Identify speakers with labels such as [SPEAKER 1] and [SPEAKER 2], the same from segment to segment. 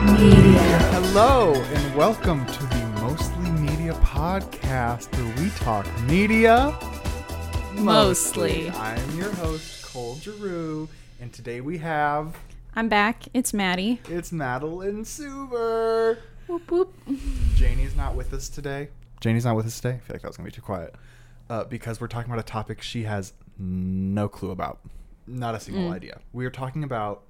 [SPEAKER 1] Media.
[SPEAKER 2] Hello and welcome to the Mostly Media Podcast where we talk media
[SPEAKER 3] Mostly.
[SPEAKER 2] I'm your host, Cole Giroux, and today we have
[SPEAKER 3] I'm back. It's Maddie.
[SPEAKER 2] it's Madeline Suber.
[SPEAKER 3] Whoop whoop.
[SPEAKER 2] Janie's not with us today. Janie's not with us today. I feel like that was gonna be too quiet. Uh, because we're talking about a topic she has no clue about. Not a
[SPEAKER 3] Mm.
[SPEAKER 2] single idea. We are talking about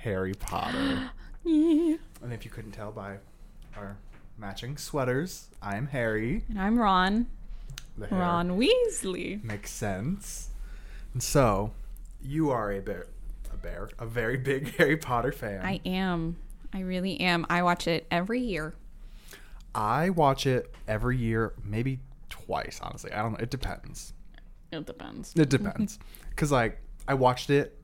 [SPEAKER 2] Harry Potter.
[SPEAKER 3] Yeah.
[SPEAKER 2] and if you couldn't tell by our matching sweaters, I'm Harry.
[SPEAKER 3] And I'm Ron.
[SPEAKER 2] The hair
[SPEAKER 3] Ron Weasley.
[SPEAKER 2] makes sense. And so, you are a bear, a bear, a very big Harry Potter fan.
[SPEAKER 3] I am. I really am. I watch it every year.
[SPEAKER 2] I watch it every year, maybe twice. Honestly, I don't know. It depends.
[SPEAKER 3] It depends.
[SPEAKER 2] It depends. Cause like I watched it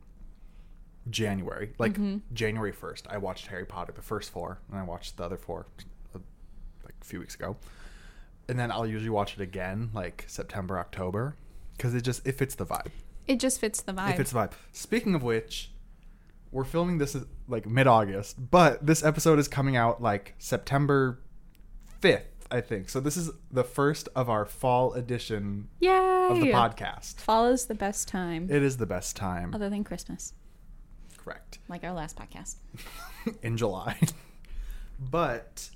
[SPEAKER 2] January, like January first. I watched Harry Potter the first four, and I watched the other four uh, like a few weeks ago. And then I'll usually watch it again, like September, October, because it just it fits the vibe.
[SPEAKER 3] It just fits the vibe.
[SPEAKER 2] It fits the vibe. Speaking of which, we're filming this uh, like mid-August, but this episode is coming out like September fifth, I think. So this is the first of our fall edition
[SPEAKER 3] Yay.
[SPEAKER 2] of the podcast.
[SPEAKER 3] Fall is the best time.
[SPEAKER 2] It is the best time.
[SPEAKER 3] other than Christmas.
[SPEAKER 2] Correct.
[SPEAKER 3] Like our last podcast.
[SPEAKER 2] In July. but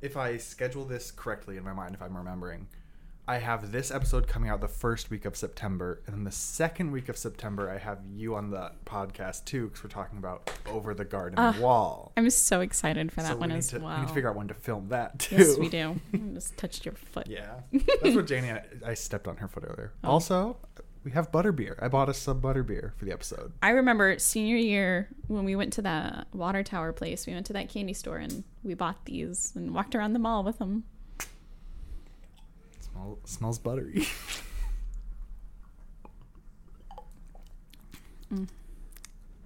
[SPEAKER 2] if I schedule this correctly in my mind, if I'm remembering, I have this episode coming out the first week of September. And then the second week of September, I have you on the podcast too, because we're talking about Over the Garden Wall.
[SPEAKER 3] I'm so excited for Ah, that
[SPEAKER 2] So we
[SPEAKER 3] one
[SPEAKER 2] need,
[SPEAKER 3] as
[SPEAKER 2] to, we
[SPEAKER 3] well.
[SPEAKER 2] need to figure out when to film that too.
[SPEAKER 3] yes, we do. I just touched your foot.
[SPEAKER 2] Yeah. That's what Janie, I, I stepped on her foot earlier.
[SPEAKER 3] Oh.
[SPEAKER 2] Also, we have butterbeer. I bought us some butterbeer for the episode.
[SPEAKER 3] I remember senior year when we went to that water tower place, we went to that candy store and we bought these and walked around the mall with them.
[SPEAKER 2] Smell, smells buttery.
[SPEAKER 3] Mm.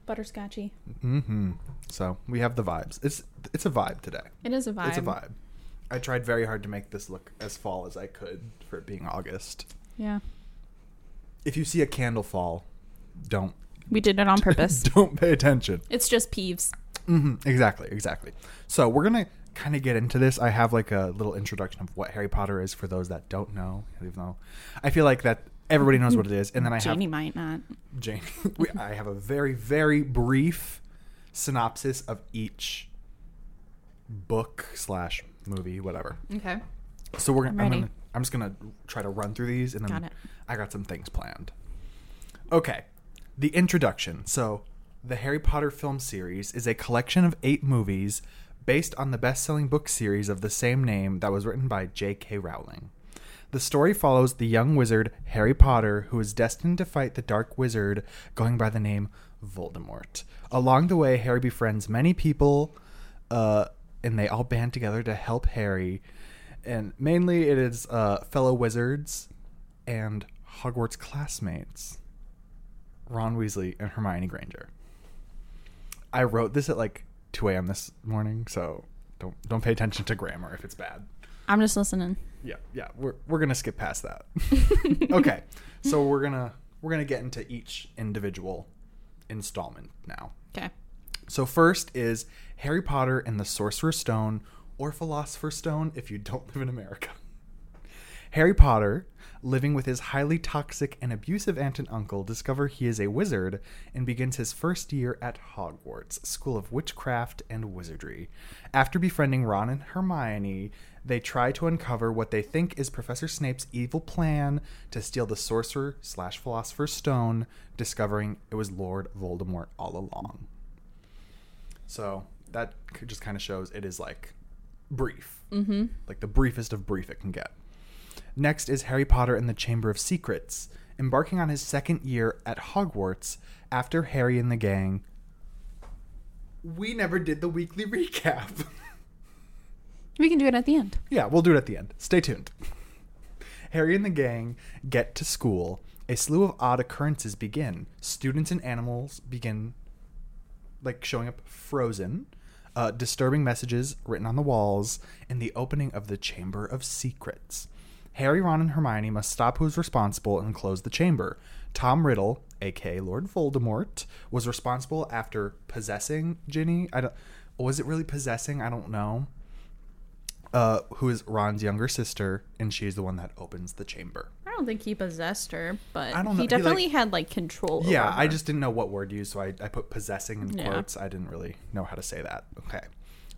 [SPEAKER 3] Butterscotchy.
[SPEAKER 2] Mm-hmm. So we have the vibes. It's it's a vibe today.
[SPEAKER 3] It is a vibe.
[SPEAKER 2] It's a vibe. I tried very hard to make this look as fall as I could for it being August.
[SPEAKER 3] Yeah.
[SPEAKER 2] If you see a candle fall, don't
[SPEAKER 3] We did it on purpose.
[SPEAKER 2] don't pay attention.
[SPEAKER 3] it's just peeves.
[SPEAKER 2] hmm Exactly, exactly. So we're gonna kind of get into this. I have like a little introduction of what Harry Potter is for those that don't know. Even though I feel like that everybody knows what it is, and then I have
[SPEAKER 3] Janie might not.
[SPEAKER 2] Jane, we, I have a very, very brief synopsis of each book slash movie, whatever.
[SPEAKER 3] Okay.
[SPEAKER 2] So we're gonna. I'm,
[SPEAKER 3] ready.
[SPEAKER 2] gonna I'm just gonna try to run through these, and then
[SPEAKER 3] Got it.
[SPEAKER 2] I got some things planned. Okay, the introduction. So the Harry Potter film series is a collection of eight movies based on the best-selling book series of the same name that was written by J.K. Rowling. The story follows the young wizard Harry Potter, who is destined to fight the dark wizard going by the name Voldemort. Along the way, Harry befriends many people, uh, and they all band together to help Harry. And mainly, it is uh, fellow wizards and Hogwarts classmates, Ron Weasley and Hermione Granger. I wrote this at like 2 a.m. this morning, so don't don't pay attention to grammar if it's bad.
[SPEAKER 3] I'm just listening.
[SPEAKER 2] Yeah, yeah, we're we're gonna skip past that. okay, so we're gonna we're gonna get into each individual installment now.
[SPEAKER 3] Okay.
[SPEAKER 2] So first is Harry Potter and the Sorcerer's Stone or Philosopher's Stone if you don't live in America. Harry Potter, living with his highly toxic and abusive aunt and uncle, discover he is a wizard and begins his first year at Hogwarts, School of Witchcraft and Wizardry. After befriending Ron and Hermione, they try to uncover what they think is Professor Snape's evil plan to steal the sorcerer slash philosopher's stone, discovering it was Lord Voldemort all along. So that c- just kind of shows it is like brief, mm-hmm. like the briefest of brief it can get. Next is Harry Potter and the Chamber of Secrets, embarking on his second year at Hogwarts after Harry and the gang. We never did the weekly recap.
[SPEAKER 3] We can do it at the end.
[SPEAKER 2] Yeah, we'll do it at the end. Stay tuned. Harry and the gang get to school. A slew of odd occurrences begin. Students and animals begin, like, showing up frozen. Uh, disturbing messages written on the walls, and the opening of the Chamber of Secrets. Harry, Ron, and Hermione must stop who's responsible and close the chamber. Tom Riddle, aka Lord Voldemort, was responsible after possessing Ginny. I don't. Was it really possessing? I don't know. Uh, who is Ron's younger sister, and she's the one that opens the chamber.
[SPEAKER 3] I don't think he possessed her, but
[SPEAKER 2] I don't know.
[SPEAKER 3] he
[SPEAKER 2] He, like-
[SPEAKER 3] definitely had like control.
[SPEAKER 2] Yeah,
[SPEAKER 3] over
[SPEAKER 2] I
[SPEAKER 3] her.
[SPEAKER 2] just didn't know what word to use, so I, I put possessing in
[SPEAKER 3] Yeah.
[SPEAKER 2] quotes. I didn't really know how to say that. Okay.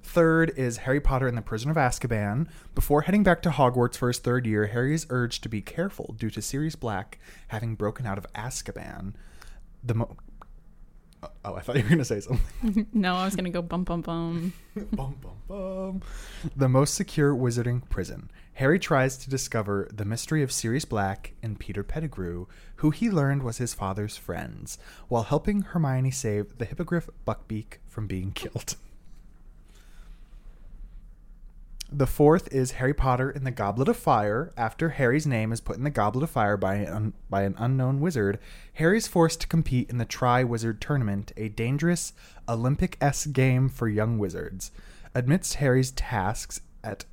[SPEAKER 2] Third is Harry Potter and the Prisoner of Azkaban. Before heading back to Hogwarts for his third year, Harry is urged to be careful due to Sirius Black having broken out of Azkaban. The mo- Oh, oh, I thought you were going to say something.
[SPEAKER 3] no, I was gonna go bum bum bum.
[SPEAKER 2] bum, bum, bum. The most secure wizarding prison. Harry tries to discover the mystery of Sirius Black and Peter Pettigrew, who he learned was his father's friends, while helping Hermione save the hippogriff Buckbeak from being killed. The fourth is Harry Potter and the Goblet of Fire. After Harry's name is put in the Goblet of Fire by an, by an unknown wizard, Harry's forced to compete in the Tri Wizard Tournament, a dangerous Olympic s game for young wizards. Amidst Harry's tasks, at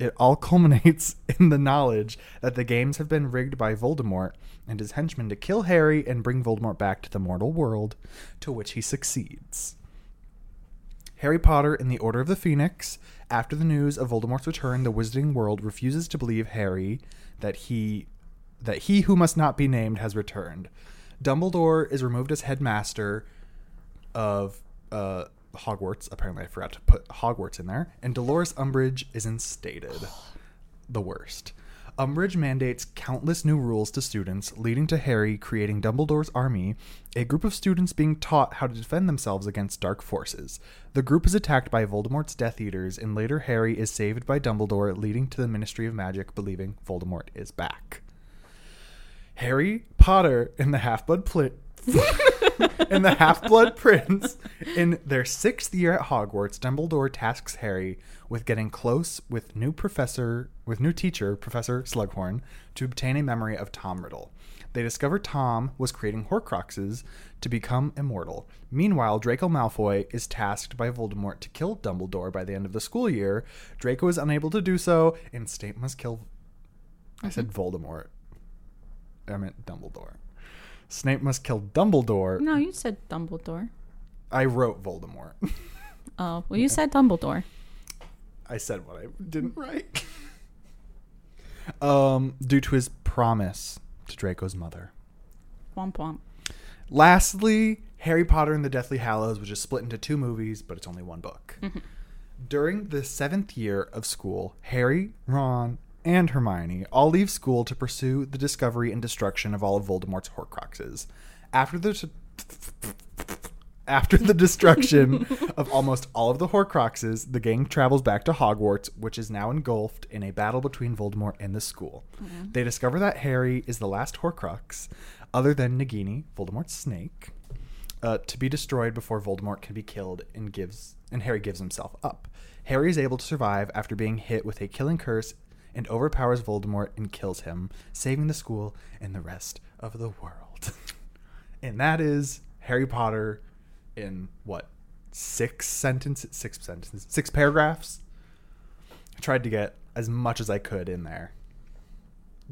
[SPEAKER 2] it all culminates in the knowledge that the games have been rigged by Voldemort and his henchmen to kill Harry and bring Voldemort back to the mortal world, to which he succeeds. Harry Potter and the Order of the Phoenix. After the news of Voldemort's return, the Wizarding World refuses to believe Harry that he that he who must not be named has returned. Dumbledore is removed as headmaster of uh, Hogwarts. Apparently, I forgot to put Hogwarts in there. And Dolores Umbridge is instated. The worst. Umbridge mandates countless new rules to students, leading to Harry creating Dumbledore's Army, a group of students being taught how to defend themselves against dark forces. The group is attacked by Voldemort's Death Eaters, and later Harry is saved by Dumbledore, leading to the Ministry of Magic believing Voldemort is back. Harry Potter and the Half Blood Pli- and the Half Blood Prince. In their sixth year at Hogwarts, Dumbledore tasks Harry with getting close with new professor, with new teacher Professor Slughorn, to obtain a memory of Tom Riddle. They discover Tom was creating Horcruxes to become immortal. Meanwhile, Draco Malfoy is tasked by Voldemort to kill Dumbledore by the end of the school year. Draco is unable to do so, and Snape must kill. I said Voldemort. I meant Dumbledore. Snape must kill Dumbledore.
[SPEAKER 3] No, you said Dumbledore.
[SPEAKER 2] I wrote Voldemort.
[SPEAKER 3] Oh, well, you said Dumbledore.
[SPEAKER 2] I said what I didn't write. um, due to his promise to Draco's mother.
[SPEAKER 3] Womp womp.
[SPEAKER 2] Lastly, Harry Potter and the Deathly Hallows, which is split into two movies, but it's only one book. During the seventh year of school, Harry, Ron, and Hermione all leave school to pursue the discovery and destruction of all of Voldemort's Horcruxes. After the after the destruction of almost all of the Horcruxes, the gang travels back to Hogwarts, which is now engulfed in a battle between Voldemort and the school. They discover that Harry is the last Horcrux, other than Nagini, Voldemort's snake, uh, to be destroyed before Voldemort can be killed, and gives and Harry gives himself up. Harry is able to survive after being hit with a killing curse and overpowers Voldemort and kills him, saving the school and the rest of the world. and that is Harry Potter in what six sentences, six sentences, six paragraphs. I tried to get as much as I could in there.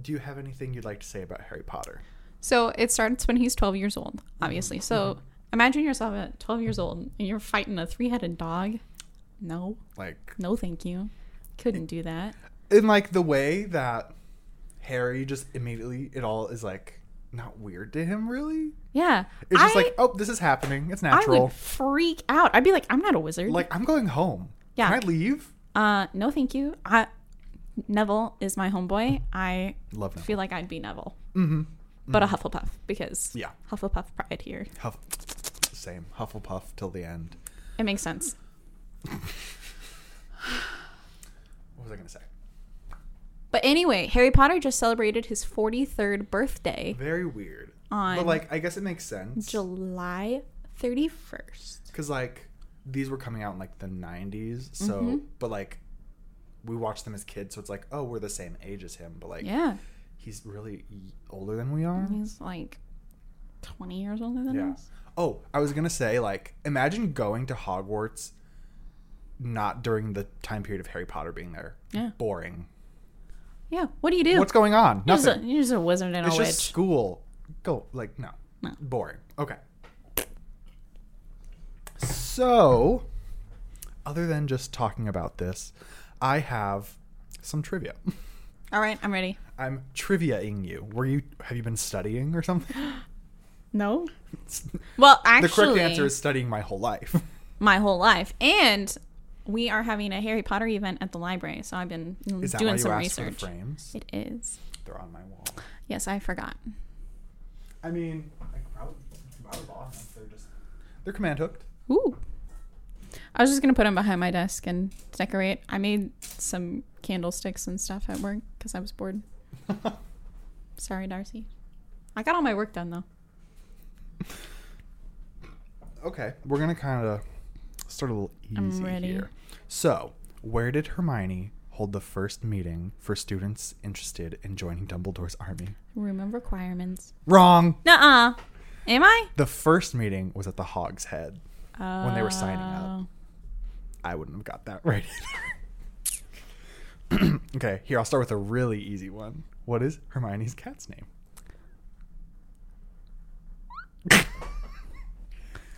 [SPEAKER 2] Do you have anything you'd like to say about Harry Potter?
[SPEAKER 3] So it starts when he's 12 years old, obviously.
[SPEAKER 2] Mm-hmm.
[SPEAKER 3] So imagine yourself at 12 years old and you're fighting a three headed dog. No,
[SPEAKER 2] Like
[SPEAKER 3] no, thank you. Couldn't do that.
[SPEAKER 2] in like the way that Harry just immediately it all is like not weird to him really.
[SPEAKER 3] Yeah.
[SPEAKER 2] It's just
[SPEAKER 3] I,
[SPEAKER 2] like, oh, this is happening. It's
[SPEAKER 3] I
[SPEAKER 2] natural.
[SPEAKER 3] would freak out. I'd be like, I'm not a wizard.
[SPEAKER 2] Like I'm going home.
[SPEAKER 3] Yeah.
[SPEAKER 2] Can I leave?
[SPEAKER 3] uh, no, thank you. I, Neville is my homeboy. I
[SPEAKER 2] Love now.
[SPEAKER 3] feel like I'd be Neville. Mm-hmm. But a Hufflepuff because
[SPEAKER 2] Yeah.
[SPEAKER 3] Hufflepuff pride here.
[SPEAKER 2] Huff- same. Hufflepuff till the end.
[SPEAKER 3] It makes sense.
[SPEAKER 2] What was I gonna say?
[SPEAKER 3] But anyway, Harry Potter just celebrated his 43rd birthday,
[SPEAKER 2] Very weird.
[SPEAKER 3] On-
[SPEAKER 2] but like, I guess it makes sense
[SPEAKER 3] July 31st.
[SPEAKER 2] because like these were coming out in like the '90s. So,
[SPEAKER 3] Mm-hmm.
[SPEAKER 2] but like we watched them as kids, so it's like, oh, we're the same age as him. But like,
[SPEAKER 3] Yeah.
[SPEAKER 2] he's really y- older than we are.
[SPEAKER 3] He's like 20 years older than
[SPEAKER 2] Yeah.
[SPEAKER 3] us.
[SPEAKER 2] Oh, I was gonna say like, imagine going to Hogwarts, not during the time period of Harry Potter being there.
[SPEAKER 3] Yeah.
[SPEAKER 2] Boring.
[SPEAKER 3] Yeah. What do you do?
[SPEAKER 2] What's going on?
[SPEAKER 3] you're, just a,
[SPEAKER 2] Nothing.
[SPEAKER 3] you're just a wizard and
[SPEAKER 2] It's
[SPEAKER 3] a witch.
[SPEAKER 2] just school. Go like no.
[SPEAKER 3] No.
[SPEAKER 2] Boring. Okay. So, other than just talking about this, I have some trivia.
[SPEAKER 3] All right, I'm ready.
[SPEAKER 2] I'm triviaing you. Were you have you been studying or something?
[SPEAKER 3] No. Well,
[SPEAKER 2] the
[SPEAKER 3] actually,
[SPEAKER 2] correct answer is studying my whole life.
[SPEAKER 3] my whole life. And we are having a Harry Potter event at the library, so I've been mm,
[SPEAKER 2] Is that
[SPEAKER 3] doing
[SPEAKER 2] why you
[SPEAKER 3] some
[SPEAKER 2] asked
[SPEAKER 3] research.
[SPEAKER 2] for the frames?
[SPEAKER 3] It is.
[SPEAKER 2] They're on my wall.
[SPEAKER 3] Yes, I forgot.
[SPEAKER 2] I mean, I could probably, I would have bought them. They're just they're command hooked.
[SPEAKER 3] Ooh. I was just gonna put them behind my desk and decorate. I made some candlesticks and stuff at work because I was bored. Sorry, Darcy. I got all my work done though.
[SPEAKER 2] Okay, we're gonna kind of start a little easy
[SPEAKER 3] I'm ready.
[SPEAKER 2] here. So, where did Hermione hold the first meeting for students interested in joining Dumbledore's army?
[SPEAKER 3] Room of requirements.
[SPEAKER 2] Wrong.
[SPEAKER 3] Nuh-uh. Am I?
[SPEAKER 2] The first meeting was at the Hog's Head. When they were signing up.
[SPEAKER 3] Oh.
[SPEAKER 2] I wouldn't have got that right. either. okay, here I'll start with a really easy one. What is Hermione's cat's name?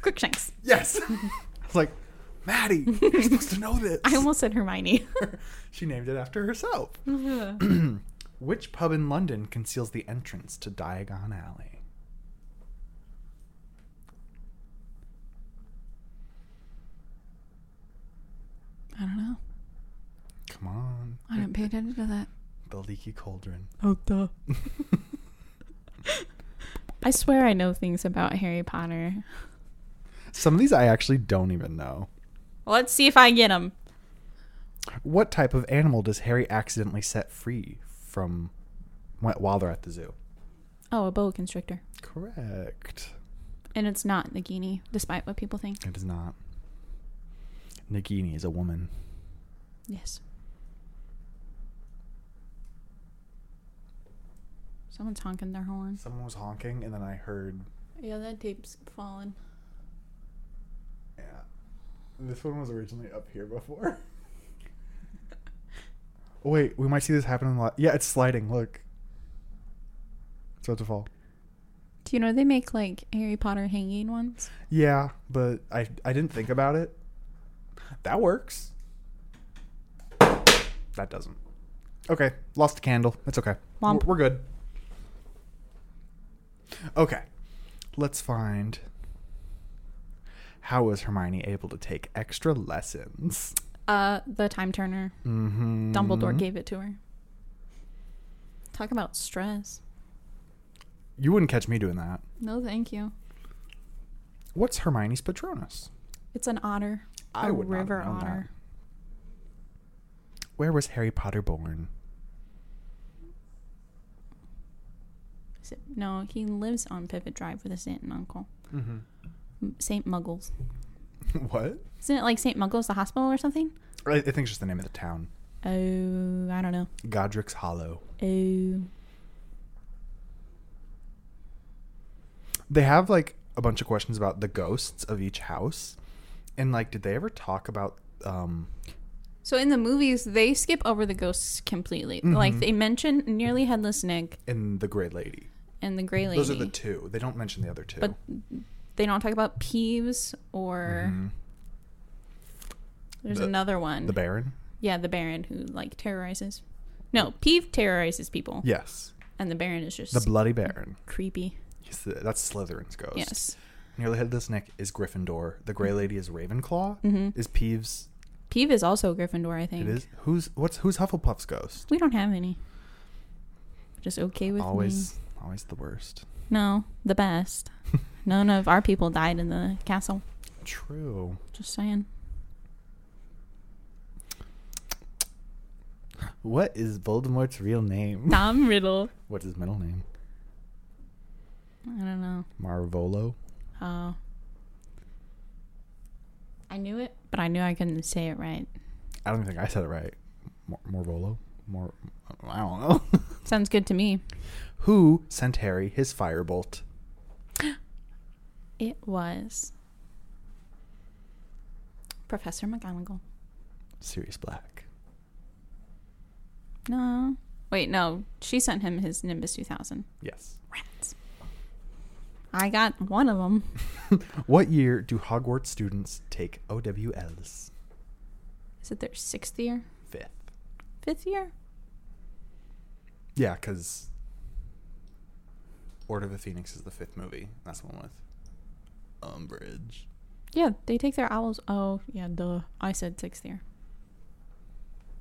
[SPEAKER 3] Crookshanks.
[SPEAKER 2] Yes. I was like, Maddie, you're supposed to know this.
[SPEAKER 3] I almost said Hermione.
[SPEAKER 2] she named it after herself.
[SPEAKER 3] Ugh.
[SPEAKER 2] Which pub in London conceals the entrance to Diagon Alley?
[SPEAKER 3] I don't know.
[SPEAKER 2] Come on,
[SPEAKER 3] I didn't pay attention to that.
[SPEAKER 2] the leaky cauldron.
[SPEAKER 3] Oh, duh. I swear I know things about Harry Potter.
[SPEAKER 2] Some of these I actually don't even know.
[SPEAKER 3] Let's see if I get them.
[SPEAKER 2] What type of animal does Harry accidentally set free from wh- while they're at the zoo?
[SPEAKER 3] Oh, a boa constrictor.
[SPEAKER 2] Correct.
[SPEAKER 3] And it's not the guinea, despite what people think.
[SPEAKER 2] It is not. Nagini is a woman.
[SPEAKER 3] Yes. Someone's honking their horn.
[SPEAKER 2] Someone was honking, and then I heard.
[SPEAKER 3] Yeah, that tape's fallen.
[SPEAKER 2] Yeah. This one was originally up here before. Wait, we might see this happen in the. Li- yeah, it's sliding. Look. It's about to fall.
[SPEAKER 3] Do you know they make like Harry Potter hanging ones?
[SPEAKER 2] Yeah, but I I didn't think about it. That works. That doesn't. Okay, lost a candle. That's okay. We're,
[SPEAKER 3] Womp.
[SPEAKER 2] we're good. Okay, let's find. How was Hermione able to take extra lessons?
[SPEAKER 3] Uh, the time turner.
[SPEAKER 2] Mm-hmm.
[SPEAKER 3] Dumbledore gave it to her. Talk about stress.
[SPEAKER 2] You wouldn't catch me doing that.
[SPEAKER 3] No, thank you.
[SPEAKER 2] What's Hermione's Patronus?
[SPEAKER 3] It's an otter.
[SPEAKER 2] I
[SPEAKER 3] A
[SPEAKER 2] would not have
[SPEAKER 3] river
[SPEAKER 2] known that.
[SPEAKER 3] otter.
[SPEAKER 2] Where was Harry Potter born?
[SPEAKER 3] Is it- No, he lives on Pivot Drive with his aunt and uncle.
[SPEAKER 2] Mm-hmm.
[SPEAKER 3] M- St. Muggles.
[SPEAKER 2] what?
[SPEAKER 3] Isn't it like St. Muggles, the hospital or something?
[SPEAKER 2] I, I think it's just the name of the town.
[SPEAKER 3] Oh, I don't know.
[SPEAKER 2] Godric's Hollow.
[SPEAKER 3] Oh,
[SPEAKER 2] they have like a bunch of questions about the ghosts of each house and like did they ever talk about um
[SPEAKER 3] So in the movies, they skip over the ghosts completely.
[SPEAKER 2] Mm-hmm.
[SPEAKER 3] Like they mention nearly headless Nick
[SPEAKER 2] in the gray lady
[SPEAKER 3] and the Grey Lady,
[SPEAKER 2] those are the two they don't mention the other two
[SPEAKER 3] but they don't talk about Peeves or
[SPEAKER 2] Mhm.
[SPEAKER 3] there's
[SPEAKER 2] The-
[SPEAKER 3] another one.
[SPEAKER 2] the baron
[SPEAKER 3] yeah, the Baron who like terrorizes. No, Peeve terrorizes people,
[SPEAKER 2] yes
[SPEAKER 3] and the Baron is Oh. just
[SPEAKER 2] the bloody baron
[SPEAKER 3] creepy.
[SPEAKER 2] He's the- that's slytherin's ghost
[SPEAKER 3] Yes,
[SPEAKER 2] nearly headless nick is gryffindor the
[SPEAKER 3] Mm.
[SPEAKER 2] gray lady is ravenclaw
[SPEAKER 3] Mhm.
[SPEAKER 2] is peeves
[SPEAKER 3] Peeve is also Gryffindor. I think
[SPEAKER 2] it is who's what's who's hufflepuff's ghost
[SPEAKER 3] We don't have any. Just okay with
[SPEAKER 2] always
[SPEAKER 3] me.
[SPEAKER 2] always the worst
[SPEAKER 3] No, the best. None of our people died in the castle.
[SPEAKER 2] true
[SPEAKER 3] Just saying.
[SPEAKER 2] what is voldemort's real name
[SPEAKER 3] Tom Riddle.
[SPEAKER 2] what's his middle name
[SPEAKER 3] I don't know.
[SPEAKER 2] marvolo
[SPEAKER 3] Oh. I knew it, but I knew I couldn't say it right.
[SPEAKER 2] I don't think I said it right. Mor- Morvolo? Mor- I don't know.
[SPEAKER 3] Sounds good to me.
[SPEAKER 2] Who sent Harry his firebolt?
[SPEAKER 3] It was Professor McGonagall.
[SPEAKER 2] Sirius Black.
[SPEAKER 3] No. Wait, no. She sent him his Nimbus 2000.
[SPEAKER 2] Yes.
[SPEAKER 3] Rats. I got one of them.
[SPEAKER 2] What year do Hogwarts students take OWLs?
[SPEAKER 3] Is it their sixth year?
[SPEAKER 2] Fifth.
[SPEAKER 3] Fifth year?
[SPEAKER 2] Yeah, because Order of the Phoenix is the fifth movie. That's the one with Umbridge.
[SPEAKER 3] Yeah, they take their owls. Oh, yeah, duh. I said sixth year.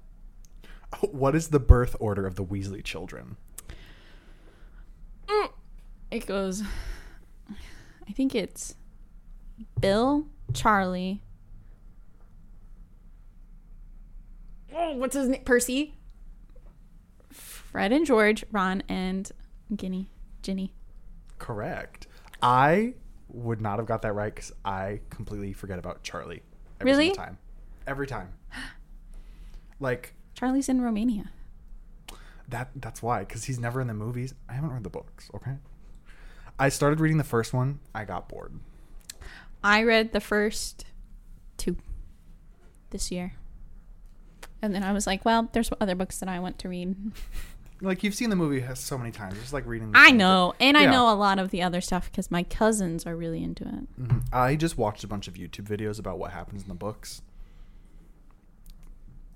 [SPEAKER 2] What is the birth order of the Weasley children?
[SPEAKER 3] It goes. I think it's Bill, Charlie. Oh, what's his name? Percy. Fred and George, Ron and Ginny, Ginny.
[SPEAKER 2] Correct. I would not have got that right because I completely forget about Charlie every
[SPEAKER 3] Really?
[SPEAKER 2] single time. Every time. Like
[SPEAKER 3] Charlie's in Romania.
[SPEAKER 2] that. That's why because he's never in the movies. I haven't read the books. Okay. I started reading the first one. I got bored.
[SPEAKER 3] I read the first two this year. And then I was like, well, there's other books that I want to read.
[SPEAKER 2] Like you've seen the movie so many times. It's like reading. the
[SPEAKER 3] I
[SPEAKER 2] same
[SPEAKER 3] know. And I
[SPEAKER 2] Yeah.
[SPEAKER 3] know a lot of the other stuff because my cousins are really into it.
[SPEAKER 2] Mhm. I just watched a bunch of YouTube videos about what happens in the books.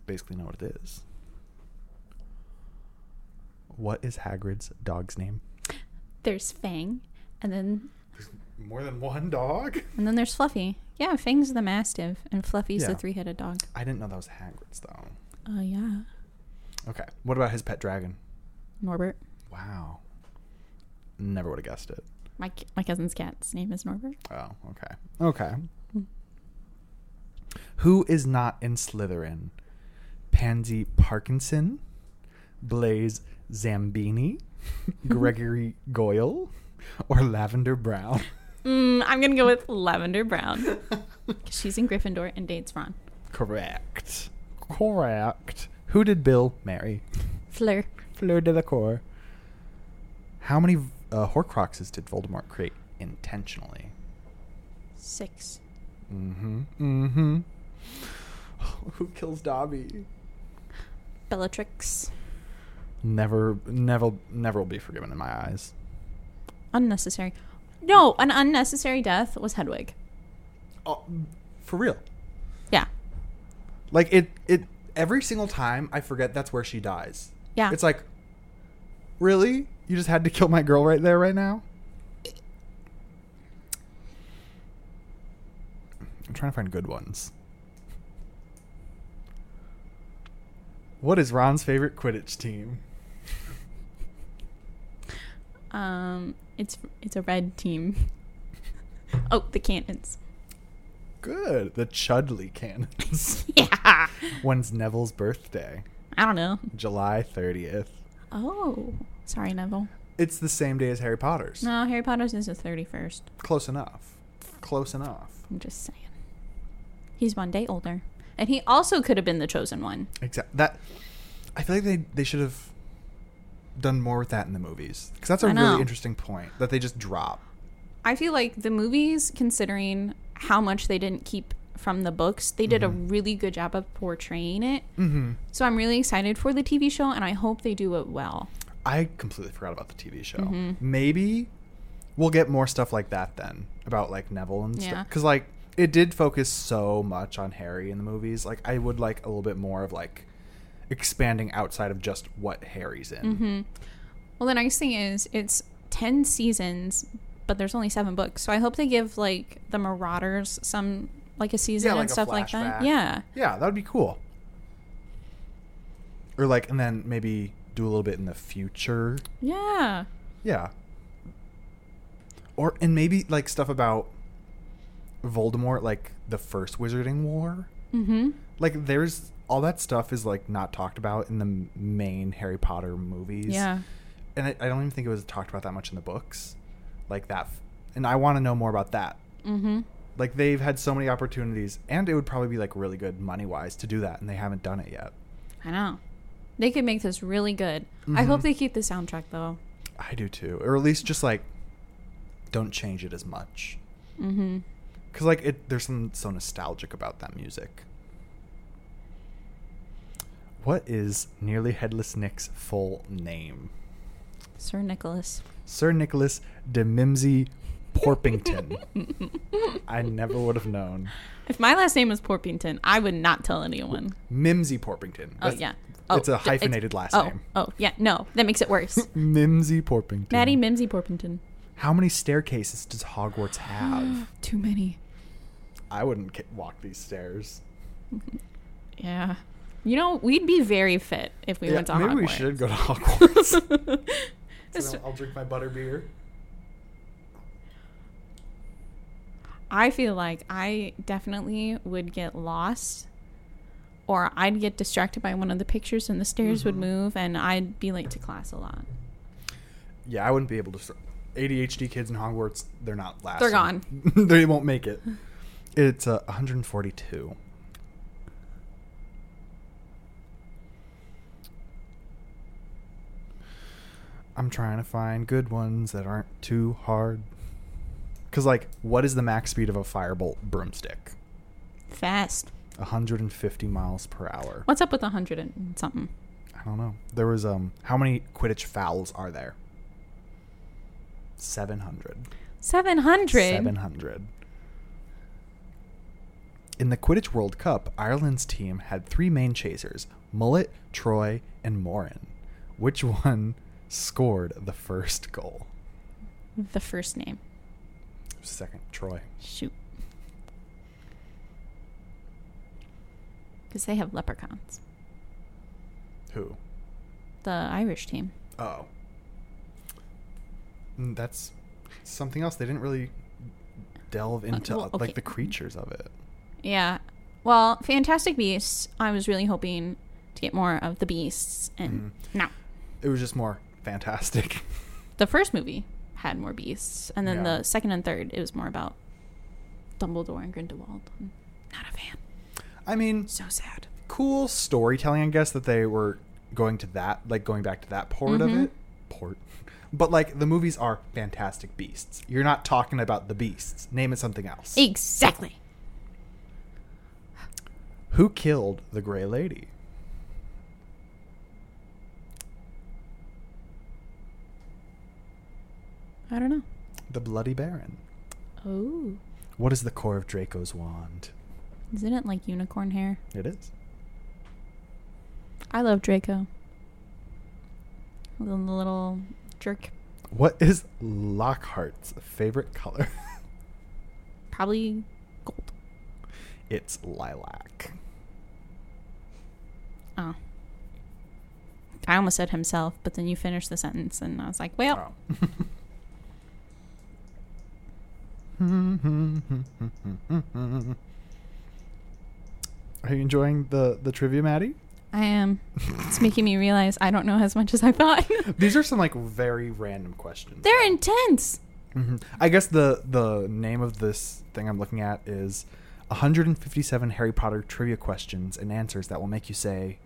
[SPEAKER 2] Basically, know what it is. What is Hagrid's dog's name?
[SPEAKER 3] There's Fang. And then
[SPEAKER 2] There's more than one dog.
[SPEAKER 3] and then there's Fluffy. Yeah, Fang's the mastiff and Fluffy's the
[SPEAKER 2] Yeah.
[SPEAKER 3] three headed dog.
[SPEAKER 2] I didn't know that was Hagrid's though.
[SPEAKER 3] Oh yeah.
[SPEAKER 2] Okay. What about his pet dragon?
[SPEAKER 3] Norbert.
[SPEAKER 2] Wow. Never would have guessed it.
[SPEAKER 3] My c- my cousin's cat's name is Norbert.
[SPEAKER 2] Oh, okay. Okay. Who is not in Slytherin? Pansy Parkinson, Blaze Zambini, Gregory Goyle, or Lavender Brown?
[SPEAKER 3] Mm, I'm gonna go with Lavender Brown. 'Cause She's in Gryffindor and dates Ron.
[SPEAKER 2] Correct. Correct. Who did Bill marry?
[SPEAKER 3] Fleur.
[SPEAKER 2] Fleur Delacour. How many uh, Horcruxes did Voldemort create intentionally?
[SPEAKER 3] Six.
[SPEAKER 2] Mm-hmm. Mm-hmm. Who kills Dobby?
[SPEAKER 3] Bellatrix.
[SPEAKER 2] Never, never, never will be forgiven in my eyes.
[SPEAKER 3] Unnecessary. No, an unnecessary death was Hedwig.
[SPEAKER 2] Oh, for real.
[SPEAKER 3] Yeah.
[SPEAKER 2] Like it, it. Every single time I forget that's where she dies.
[SPEAKER 3] Yeah.
[SPEAKER 2] It's like, really? You just had to kill my girl right there, right now. I'm trying to find good ones. What is Ron's favorite Quidditch team?
[SPEAKER 3] Um, it's it's a red team. oh, the cannons.
[SPEAKER 2] Good. The Chudley Cannons.
[SPEAKER 3] Yeah.
[SPEAKER 2] When's Neville's birthday?
[SPEAKER 3] I don't know.
[SPEAKER 2] July 30th.
[SPEAKER 3] Oh, sorry, Neville.
[SPEAKER 2] It's the same day as Harry Potter's.
[SPEAKER 3] No, Harry Potter's is the thirty-first.
[SPEAKER 2] Close enough. Close enough.
[SPEAKER 3] I'm just saying. He's one day older, and he also could have been the chosen one.
[SPEAKER 2] Exact that I feel like they they should have done more with that in the movies because that's a
[SPEAKER 3] I know.
[SPEAKER 2] really interesting point that they just drop.
[SPEAKER 3] I feel like the movies, considering how much they didn't keep from the books, they did a really good job of portraying it.
[SPEAKER 2] Mm-hmm.
[SPEAKER 3] So I'm really excited for the TV show, and I hope they do it well.
[SPEAKER 2] I completely forgot about the TV show.
[SPEAKER 3] Mhm.
[SPEAKER 2] Maybe we'll get more stuff like that then about like Neville and
[SPEAKER 3] Yeah.
[SPEAKER 2] stuff because like it did focus so much on Harry in the movies. Like I would like a little bit more of like expanding outside of just what Harry's in.
[SPEAKER 3] Well, the nice thing is it's 10 seasons, but there's only seven books. So I hope they give like the Marauders some like a season
[SPEAKER 2] Yeah, like
[SPEAKER 3] and
[SPEAKER 2] a
[SPEAKER 3] stuff like that.
[SPEAKER 2] flashback.
[SPEAKER 3] Yeah.
[SPEAKER 2] Yeah, that would be cool. Or like, and then maybe do a little bit in the future.
[SPEAKER 3] Yeah.
[SPEAKER 2] Yeah. Or and maybe like stuff about Voldemort, like the first Wizarding War.
[SPEAKER 3] Mm-hmm.
[SPEAKER 2] Like, there's all that stuff is like not talked about in the m- main Harry Potter movies.
[SPEAKER 3] Yeah.
[SPEAKER 2] and I, I don't even think it was talked about that much in the books, like that. f- And I want to know more about that.
[SPEAKER 3] Mm-hmm.
[SPEAKER 2] Like they've had so many opportunities, and it would probably be like really good money wise to do that, and they haven't done it yet.
[SPEAKER 3] I know. They could make this really good. I hope
[SPEAKER 2] Mhm.
[SPEAKER 3] they keep the soundtrack though.
[SPEAKER 2] I do too, or at least just like don't change it as much,
[SPEAKER 3] Mm-hmm.
[SPEAKER 2] because like it there's something so nostalgic about that music. What is Nearly Headless Nick's full name?
[SPEAKER 3] Sir Nicholas.
[SPEAKER 2] Sir Nicholas de Mimsey Porpington. I never would have known.
[SPEAKER 3] If my last name was Porpington, I would not tell anyone.
[SPEAKER 2] Mimsey Porpington.
[SPEAKER 3] Oh
[SPEAKER 2] That's-
[SPEAKER 3] yeah. Oh,
[SPEAKER 2] it's a
[SPEAKER 3] d-
[SPEAKER 2] hyphenated last
[SPEAKER 3] oh,
[SPEAKER 2] name.
[SPEAKER 3] Oh yeah, no, that makes it worse.
[SPEAKER 2] Mimsey Porpington.
[SPEAKER 3] Maddie Mimsey Porpington.
[SPEAKER 2] How many staircases does Hogwarts have?
[SPEAKER 3] Too many.
[SPEAKER 2] I wouldn't ca- walk these stairs.
[SPEAKER 3] Yeah. You know, we'd be very fit if we
[SPEAKER 2] Yeah,
[SPEAKER 3] went to
[SPEAKER 2] maybe
[SPEAKER 3] Hogwarts.
[SPEAKER 2] we should go to Hogwarts.
[SPEAKER 3] This-
[SPEAKER 2] So I'll drink my butter beer.
[SPEAKER 3] I feel like I definitely would get lost or I'd get distracted by one of the pictures and the stairs would
[SPEAKER 2] Mm-hmm.
[SPEAKER 3] move and I'd be late to class a lot.
[SPEAKER 2] Yeah, I wouldn't be able to. str- ADHD kids in Hogwarts, they're not last.
[SPEAKER 3] gone.
[SPEAKER 2] they won't make it. It's uh, 142. I'm trying to find good ones that aren't too hard. Because, like, what is the max speed of a firebolt broomstick?
[SPEAKER 3] Fast.
[SPEAKER 2] 150 miles per hour.
[SPEAKER 3] What's up with a 100 and something?
[SPEAKER 2] I don't know. There was, um, how many Quidditch fouls are there? 700.
[SPEAKER 3] 700.
[SPEAKER 2] 700. In the Quidditch World Cup, Ireland's team had three main chasers Mullet, Troy, and Morin. Which one scored the first goal?
[SPEAKER 3] The first name.
[SPEAKER 2] Second, Troy.
[SPEAKER 3] Shoot. Because they have leprechauns.
[SPEAKER 2] Who?
[SPEAKER 3] The Irish team.
[SPEAKER 2] Oh. Mm, That's something else. They didn't really delve into
[SPEAKER 3] Uh, well,
[SPEAKER 2] like
[SPEAKER 3] okay.
[SPEAKER 2] the creatures of it.
[SPEAKER 3] Yeah. Well, Fantastic Beasts, I was really hoping to get more of the beasts. And no.
[SPEAKER 2] It was just more fantastic.
[SPEAKER 3] The first movie had more beasts. And then
[SPEAKER 2] Yeah.
[SPEAKER 3] the second and third, it was more about Dumbledore and Grindelwald. I'm Not a fan.
[SPEAKER 2] I mean,
[SPEAKER 3] So sad.
[SPEAKER 2] cool storytelling, I guess, that they were going to that, like going back to that port of
[SPEAKER 3] Mhm.
[SPEAKER 2] it. Port. But like the movies are fantastic beasts. You're not talking about the beasts. Name it something else.
[SPEAKER 3] Exactly.
[SPEAKER 2] Who killed the Grey Lady?
[SPEAKER 3] I don't know.
[SPEAKER 2] The Bloody Baron.
[SPEAKER 3] Oh.
[SPEAKER 2] What is the core of Draco's wand?
[SPEAKER 3] Isn't it like unicorn hair?
[SPEAKER 2] It is.
[SPEAKER 3] I love Draco. The little jerk.
[SPEAKER 2] What is Lockhart's favorite color?
[SPEAKER 3] Probably gold.
[SPEAKER 2] it's lilac.
[SPEAKER 3] Oh. I almost said himself, but then you finished the sentence, and I was like, well.
[SPEAKER 2] Oh. Are you enjoying the the trivia, Maddie?
[SPEAKER 3] I am. It's making me realize I don't know as much as I thought.
[SPEAKER 2] These are some like very random questions.
[SPEAKER 3] They're intense.
[SPEAKER 2] Mhm. I guess the the name of this thing I'm looking at is 157 Harry Potter trivia questions and answers that will make you say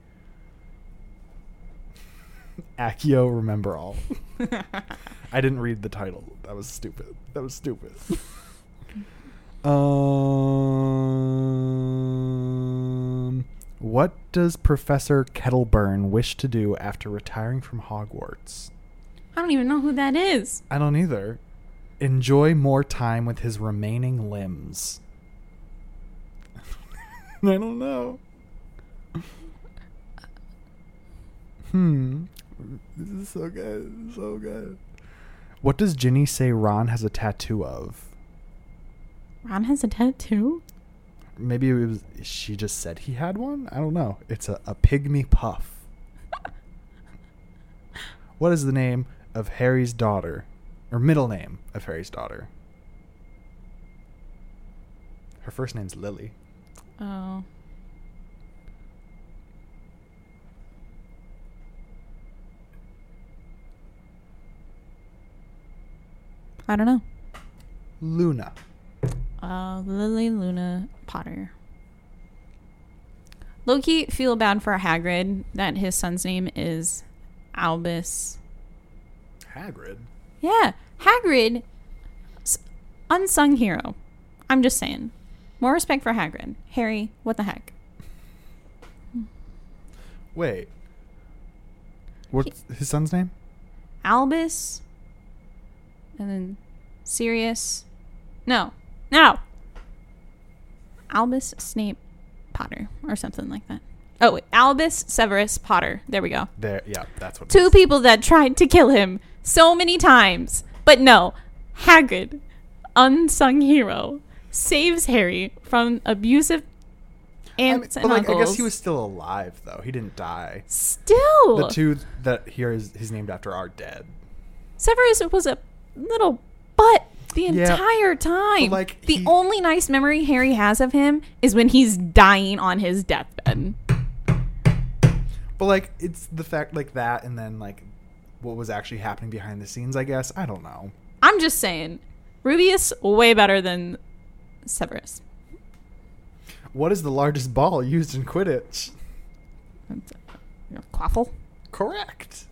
[SPEAKER 2] Accio remember all. I didn't read the title. That was stupid. That was stupid. um, what does Professor Kettleburn wish to do after retiring from Hogwarts?
[SPEAKER 3] I don't even know who that is.
[SPEAKER 2] I don't either. Enjoy more time with his remaining limbs. I don't know. Hmm. This is so good. So good. What does Ginny say Ron has a tattoo of?
[SPEAKER 3] Ron has a tattoo?
[SPEAKER 2] Maybe it was she just said he had one? I don't know. It's a, a pygmy puff. what is the name of Harry's daughter? Or middle name of Harry's daughter? Her first name's Lily.
[SPEAKER 3] Oh. I don't know.
[SPEAKER 2] Luna.
[SPEAKER 3] Uh, Lily Luna Potter. Loki feel bad for Hagrid that his son's name is Albus.
[SPEAKER 2] Hagrid.
[SPEAKER 3] Yeah, Hagrid, s- unsung hero. I'm just saying, more respect for Hagrid. Harry, what the heck?
[SPEAKER 2] Wait. What's his son's name?
[SPEAKER 3] Albus, and then Sirius. No, no. Albus Snape Potter or something like that. Oh, wait. Albus Severus Potter. There we go.
[SPEAKER 2] There. Yeah, that's what. it
[SPEAKER 3] Two
[SPEAKER 2] is.
[SPEAKER 3] people that tried to kill him so many times. But no, Hagrid, unsung hero, saves Harry from abusive
[SPEAKER 2] I mean,
[SPEAKER 3] aunts
[SPEAKER 2] but
[SPEAKER 3] and
[SPEAKER 2] like,
[SPEAKER 3] uncles.
[SPEAKER 2] I guess he was still alive though. He didn't die.
[SPEAKER 3] still
[SPEAKER 2] The two that here is he's named after are dead.
[SPEAKER 3] Severus was a little butt the
[SPEAKER 2] Yeah.
[SPEAKER 3] entire time.
[SPEAKER 2] But, like,
[SPEAKER 3] the
[SPEAKER 2] he-
[SPEAKER 3] only nice memory Harry has of him is when he's dying on his deathbed.
[SPEAKER 2] But like it's the fact like that, and then like what was actually happening behind the scenes. I guess I don't know.
[SPEAKER 3] I'm just saying, Rubius way better than Severus.
[SPEAKER 2] What is the largest ball used in Quidditch?
[SPEAKER 3] That's a- your Quaffle.
[SPEAKER 2] Correct.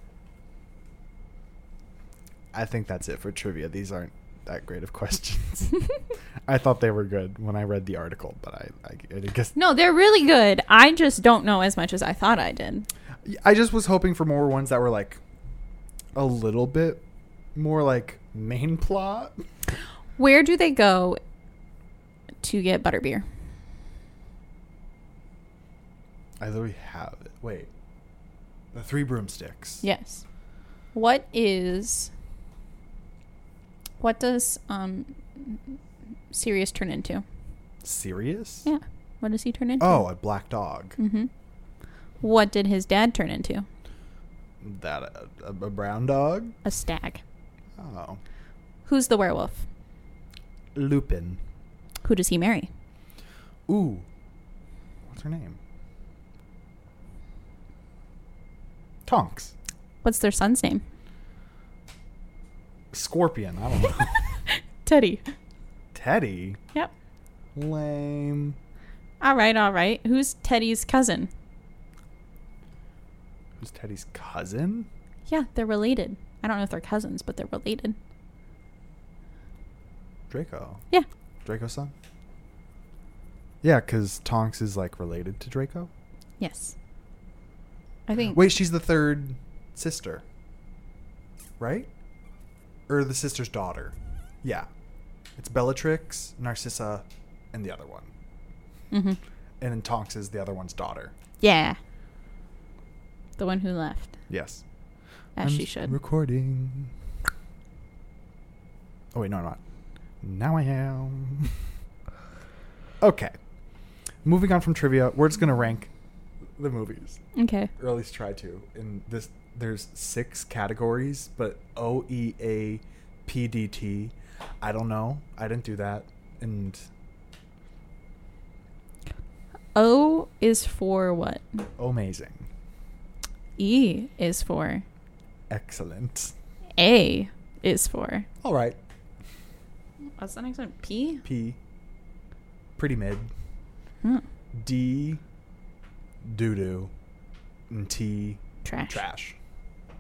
[SPEAKER 2] I think that's it for trivia. These aren't that great of questions. I thought they were good when I read the article, but I, I, I guess
[SPEAKER 3] no, they're really good. I just don't know as much as I thought I did.
[SPEAKER 2] I just was hoping for more ones that were like a little bit more like main plot.
[SPEAKER 3] Where do they go to get butterbeer?
[SPEAKER 2] I literally have it. Wait, the three broomsticks.
[SPEAKER 3] Yes. What is what does um Sirius turn into?
[SPEAKER 2] Serious?
[SPEAKER 3] Yeah. What does he turn into?
[SPEAKER 2] Oh, a black dog.
[SPEAKER 3] Mm-hmm. What did his dad turn into?
[SPEAKER 2] That a, a, a brown dog?
[SPEAKER 3] A stag.
[SPEAKER 2] Oh,
[SPEAKER 3] Who's the werewolf?
[SPEAKER 2] Lupin.
[SPEAKER 3] Who does he marry?
[SPEAKER 2] Ooh, what's her name? Tonks.
[SPEAKER 3] What's their son's name?
[SPEAKER 2] Scorpion. I don't know.
[SPEAKER 3] Teddy.
[SPEAKER 2] Teddy.
[SPEAKER 3] Yep.
[SPEAKER 2] Lame.
[SPEAKER 3] All right, all right. Who's Teddy's cousin?
[SPEAKER 2] Who's Teddy's cousin?
[SPEAKER 3] Yeah, they're related. I don't know if they're cousins, but they're related.
[SPEAKER 2] Draco.
[SPEAKER 3] Yeah.
[SPEAKER 2] Draco's son. Yeah, because Tonks is like related to Draco.
[SPEAKER 3] Yes. I think
[SPEAKER 2] Wait, she's the third sister, right? Or the sister's daughter. Yeah. It's Bellatrix, Narcissa, and the other one.
[SPEAKER 3] Mhm.
[SPEAKER 2] And then Tonks is the other one's daughter.
[SPEAKER 3] Yeah. The one who left.
[SPEAKER 2] Yes.
[SPEAKER 3] As
[SPEAKER 2] I'm
[SPEAKER 3] she should.
[SPEAKER 2] Recording. Oh, wait, no, I'm not. Now I am. okay. Moving on from trivia, we're just going to rank the movies.
[SPEAKER 3] okay.
[SPEAKER 2] or at least try to. In this, there's six categories, but O E A P D T. I don't know. I didn't do that, and
[SPEAKER 3] O is for what?
[SPEAKER 2] amazing,
[SPEAKER 3] E is for.
[SPEAKER 2] excellent.
[SPEAKER 3] A is for.
[SPEAKER 2] All right,
[SPEAKER 3] What's the next one? P?
[SPEAKER 2] P. Pretty mid.
[SPEAKER 3] Hmm.
[SPEAKER 2] D. Doo doo, and T.
[SPEAKER 3] Trash.
[SPEAKER 2] Trash.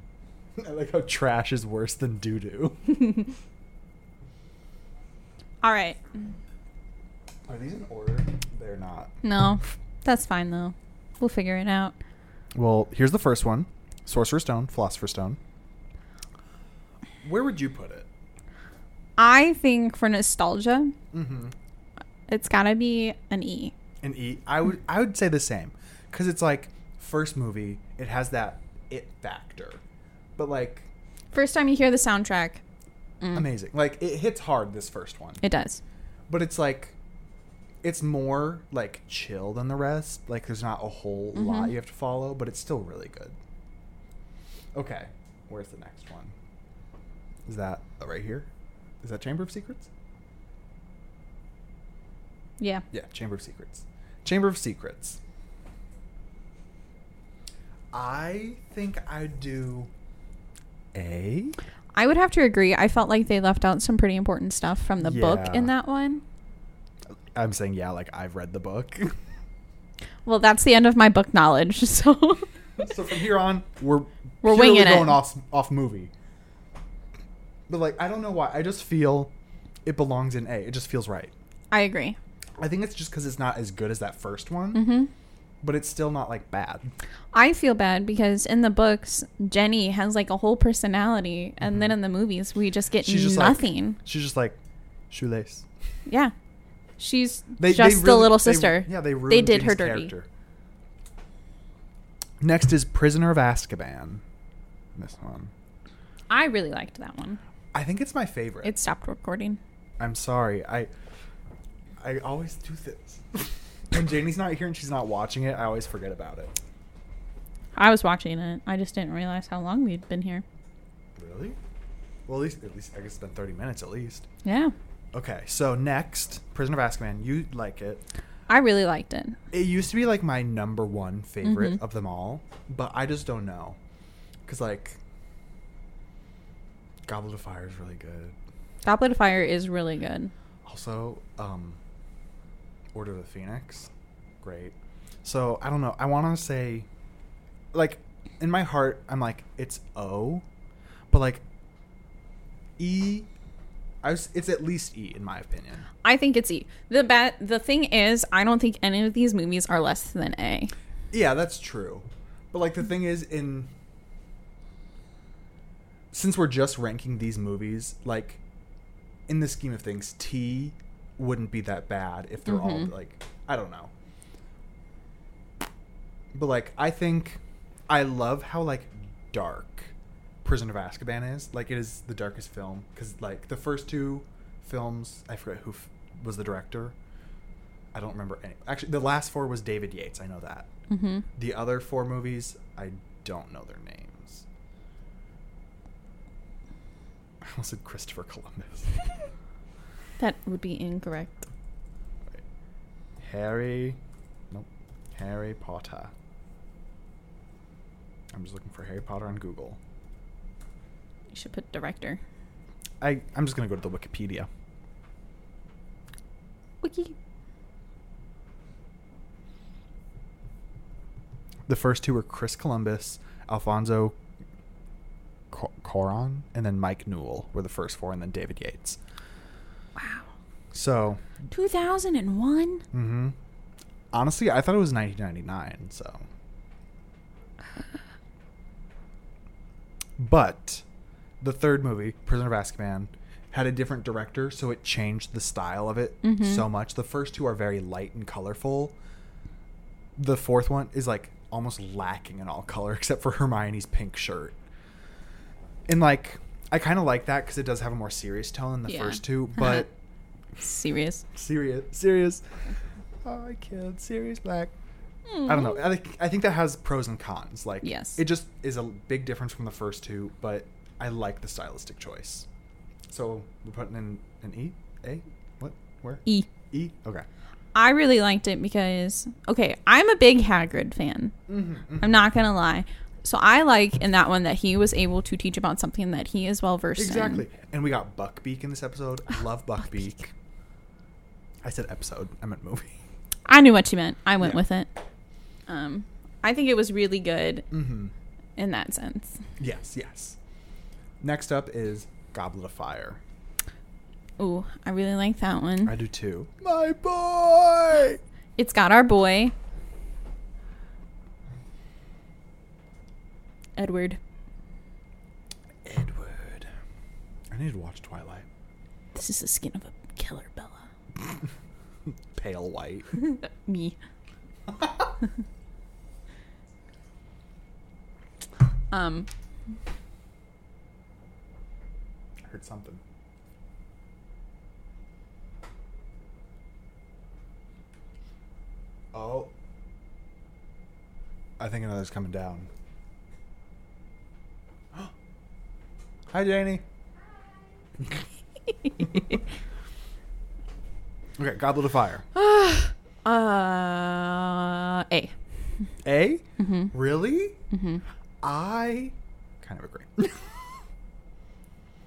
[SPEAKER 2] I like how trash is worse than doo doo.
[SPEAKER 3] All right.
[SPEAKER 2] Are these in order? They're not.
[SPEAKER 3] No, that's fine though. We'll figure it out.
[SPEAKER 2] Well, here's the first one Sorcerer's Stone, Philosopher's Stone. Where would you put it?
[SPEAKER 3] I think for nostalgia,
[SPEAKER 2] Mm-hmm.
[SPEAKER 3] it's gotta be an E.
[SPEAKER 2] An E. I would, I would say the same. Because it's like, first movie, it has that it factor. But like,
[SPEAKER 3] First time you hear the soundtrack, mm,
[SPEAKER 2] amazing. Like, it hits hard, this first one.
[SPEAKER 3] It does.
[SPEAKER 2] But it's like, it's more like chill than the rest. Like, there's not a whole lot you have to follow, but it's still really good. Okay. Where's the next one? Is that uh, right here? Is that Chamber of Secrets?
[SPEAKER 3] Yeah.
[SPEAKER 2] Yeah, Chamber of Secrets. Chamber of Secrets. I think I'd do A.
[SPEAKER 3] I would have to agree. I felt like they left out some pretty important stuff from the book
[SPEAKER 2] Yeah.
[SPEAKER 3] in that one.
[SPEAKER 2] I'm saying yeah, like I've read the book.
[SPEAKER 3] Well, that's the end of my book knowledge. So
[SPEAKER 2] so from here on, we're
[SPEAKER 3] We're
[SPEAKER 2] purely
[SPEAKER 3] winging it.
[SPEAKER 2] going off off movie. But like I don't know why. I just feel it belongs in A. It just feels right.
[SPEAKER 3] I agree.
[SPEAKER 2] I think it's just because it's not as good as that first one,
[SPEAKER 3] Mm-hmm.
[SPEAKER 2] but it's still not like bad.
[SPEAKER 3] I feel bad because in the books, Jenny has like a whole personality, and then in the movies, we just get
[SPEAKER 2] Mm-hmm. She's just like-
[SPEAKER 3] nothing.
[SPEAKER 2] She's just like shoelace.
[SPEAKER 3] yeah, she's
[SPEAKER 2] They,
[SPEAKER 3] just
[SPEAKER 2] they
[SPEAKER 3] the
[SPEAKER 2] really-
[SPEAKER 3] little
[SPEAKER 2] they-
[SPEAKER 3] sister.
[SPEAKER 2] yeah, they ruined
[SPEAKER 3] they did
[SPEAKER 2] Dean's
[SPEAKER 3] her dirty.
[SPEAKER 2] character. Next is Prisoner of Azkaban. This one,
[SPEAKER 3] I really liked that one.
[SPEAKER 2] I think it's my favorite.
[SPEAKER 3] It stopped recording.
[SPEAKER 2] I'm sorry. I I always do this. when Janie's not here and she's not watching it, I always forget about it.
[SPEAKER 3] I was watching it. I just didn't realize how long we'd been here.
[SPEAKER 2] Really? Well, at least at least I guess it's been 30 minutes at least.
[SPEAKER 3] Yeah,
[SPEAKER 2] Okay, so next, Prisoner of Azkaban. You like it?
[SPEAKER 3] I really liked it.
[SPEAKER 2] It used to be like my number one favorite
[SPEAKER 3] Mhm.
[SPEAKER 2] of them all, but I just don't know, cause like, Goblet of Fire is really good.
[SPEAKER 3] Goblet of Fire is really good.
[SPEAKER 2] Also, um, Order of the Phoenix, great. So I don't know. I want to say, like, in my heart, I'm like it's O, but like E, I was it's at least E in my opinion.
[SPEAKER 3] I think it's E. The ba- the thing is, I don't think any of these movies are less than A.
[SPEAKER 2] Yeah, that's true. But like the thing is, in since we're just ranking these movies, like in the scheme of things, T wouldn't be that bad if they're
[SPEAKER 3] Mhm.
[SPEAKER 2] all like I don't know. But like I think I love how like dark Prison of Azkaban is. Like it is the darkest film cuz like the first two films, I forget who f- was the director. I don't remember any. Actually, the last four was David Yates. I know that.
[SPEAKER 3] Mm-hmm.
[SPEAKER 2] The other four movies, I don't know their names. I almost said Christopher Columbus.
[SPEAKER 3] That would be incorrect.
[SPEAKER 2] Wait. Harry. Nope. Harry Potter. I'm just looking for Harry Potter on Google.
[SPEAKER 3] You should put director.
[SPEAKER 2] I, I'm just going to go to the Wikipedia.
[SPEAKER 3] Wiki.
[SPEAKER 2] The first two were Chris Columbus, Alfonso Co- Coron, and then Mike Newell were the first four, and then David Yates.
[SPEAKER 3] Wow.
[SPEAKER 2] So,
[SPEAKER 3] 2001?
[SPEAKER 2] Mm-hmm. Honestly, I thought it was 1999. So, but the third movie, Prisoner of Azkaban, had a different director, so it changed the style of it
[SPEAKER 3] Mhm.
[SPEAKER 2] so much. The first two are very light and colorful. The fourth one is like almost lacking in all color except for Hermione's pink shirt. And like, I kind of like that because it does have a more serious tone than the
[SPEAKER 3] Yeah.
[SPEAKER 2] first two, but.
[SPEAKER 3] Serious.
[SPEAKER 2] Serious, serious. Oh, I killed serious black.
[SPEAKER 3] Hmm.
[SPEAKER 2] I don't know. I think I think that has pros and cons. Like,
[SPEAKER 3] Yes.
[SPEAKER 2] it just is a big difference from the first two, but I like the stylistic choice. So we're putting in an E, A, what, where?
[SPEAKER 3] E.
[SPEAKER 2] E. Okay.
[SPEAKER 3] I really liked it because, okay, I'm a big Hagrid fan. I'm not going to lie. So I like in that one that he was able to teach about something that he is well versed in.
[SPEAKER 2] Exactly. And we got Buckbeak in this episode.
[SPEAKER 3] Ah,
[SPEAKER 2] Love Buckbeak. I said episode. I meant movie.
[SPEAKER 3] I knew what you meant. I went
[SPEAKER 2] Yeah.
[SPEAKER 3] with it. Um, I think it was really good
[SPEAKER 2] Mm-hmm.
[SPEAKER 3] in that sense.
[SPEAKER 2] Yes. Yes. Next up is Goblet of Fire.
[SPEAKER 3] Ooh, I really like that one.
[SPEAKER 2] I do too. My boy.
[SPEAKER 3] It's got our boy, Edward.
[SPEAKER 2] Edward. I need to watch Twilight.
[SPEAKER 3] This is the skin of a killer, Bella.
[SPEAKER 2] Pale white.
[SPEAKER 3] Me. um,
[SPEAKER 2] I heard something. Oh. I think another's coming down. Hi, Janie. okay, Goblet of Fire.
[SPEAKER 3] uh, A.
[SPEAKER 2] A?
[SPEAKER 3] Mm-hmm.
[SPEAKER 2] Really?
[SPEAKER 3] Mm-hmm.
[SPEAKER 2] I kind of agree.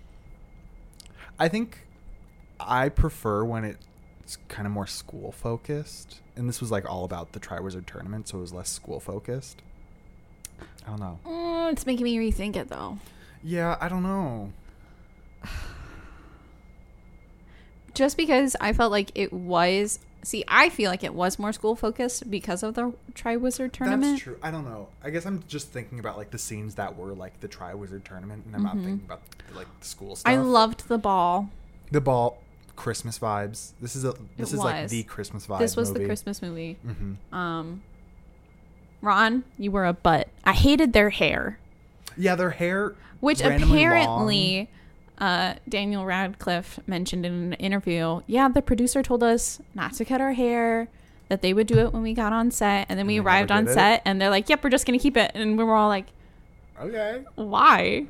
[SPEAKER 2] I think I prefer when it's kind of more school focused. And this was like all about the Triwizard tournament, so it was less school focused. I don't know.
[SPEAKER 3] Mm, it's making me rethink it though.
[SPEAKER 2] Yeah, I don't know.
[SPEAKER 3] Just because I felt like it was See, I feel like it was more school focused because of the Triwizard tournament.
[SPEAKER 2] That's true. I don't know. I guess I'm just thinking about like the scenes that were like the Triwizard tournament, and I'm not thinking about like the school stuff.
[SPEAKER 3] Mm-hmm. I loved the ball.
[SPEAKER 2] the ball Christmas vibes. This is a this is like
[SPEAKER 3] was.
[SPEAKER 2] the Christmas vibe.
[SPEAKER 3] This was the
[SPEAKER 2] movie. Mm-hmm.
[SPEAKER 3] Christmas movie. Um, Ron, you were a butt. I hated their hair,
[SPEAKER 2] Yeah, their hair,
[SPEAKER 3] which
[SPEAKER 2] randomly
[SPEAKER 3] apparently uh, Daniel Radcliffe mentioned in an interview. Yeah, the producer told us not to cut our hair. That they would do it when we got on set, and then we
[SPEAKER 2] they never
[SPEAKER 3] arrived on
[SPEAKER 2] did it?
[SPEAKER 3] set, and they're like, "Yep, we're just gonna keep it," and we were all like,
[SPEAKER 2] long. Okay.
[SPEAKER 3] "Why?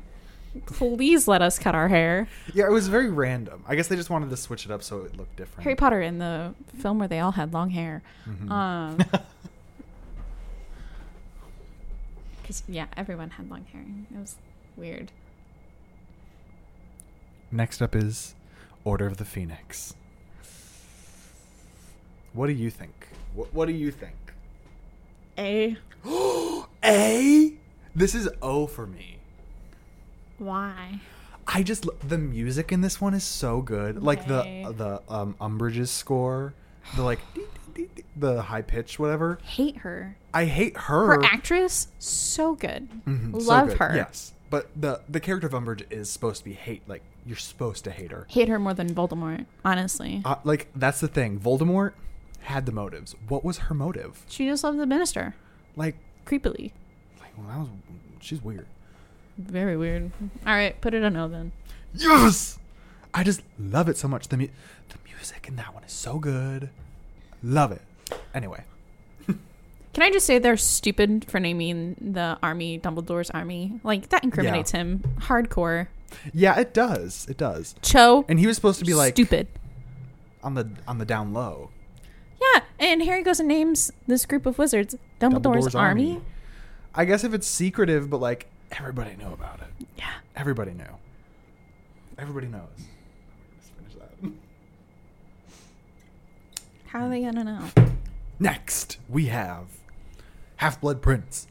[SPEAKER 3] Please let us cut our hair."
[SPEAKER 2] Yeah, it was very random. I guess they just wanted to switch it up so it looked different. Mm-hmm.
[SPEAKER 3] Harry Potter in the film where they all had long hair.
[SPEAKER 2] Hmm.
[SPEAKER 3] Um 'cause because yeah, everyone had long hair. It was weird.
[SPEAKER 2] Next up is Order of the Phoenix. What do you think? What, what do you think?
[SPEAKER 3] A
[SPEAKER 2] A. This is O for me.
[SPEAKER 3] why?
[SPEAKER 2] I just lo- the music in this one is so good. Like
[SPEAKER 3] Okay.
[SPEAKER 2] the the um Umbridge's score, the like dee- dee- dee- the high pitch whatever.
[SPEAKER 3] Hate her.
[SPEAKER 2] I hate her.
[SPEAKER 3] Her actress, so good.
[SPEAKER 2] Mhm, so
[SPEAKER 3] Love
[SPEAKER 2] good.
[SPEAKER 3] her.
[SPEAKER 2] Yes. But the the character of Umbridge is supposed to be hate like you're supposed to hate her.
[SPEAKER 3] Hate her more than Voldemort, honestly.
[SPEAKER 2] Uh, like that's the thing. Voldemort had the motives. What was her motive?
[SPEAKER 3] she just loved the minister.
[SPEAKER 2] Like
[SPEAKER 3] Creepily.
[SPEAKER 2] like well, that was she's weird.
[SPEAKER 3] Very weird. Alright, put it on O then.
[SPEAKER 2] Yes. I just love it so much. The mu- the music in that one is so good. Love it. Anyway,
[SPEAKER 3] Can I just say they're stupid for naming the army Dumbledore's army? Like that incriminates him. Hardcore.
[SPEAKER 2] yeah, it does. It does.
[SPEAKER 3] Cho
[SPEAKER 2] And he was supposed to be like
[SPEAKER 3] stupid.
[SPEAKER 2] on the on the down low.
[SPEAKER 3] Yeah, and Harry goes and names this group of wizards Dumbledore's, army.
[SPEAKER 2] I guess if it's secretive, but like everybody knew about it.
[SPEAKER 3] Yeah.
[SPEAKER 2] Everybody knew. Everybody knows. Let's finish that.
[SPEAKER 3] How are they gonna know?
[SPEAKER 2] Next, we have Half Blood Prince.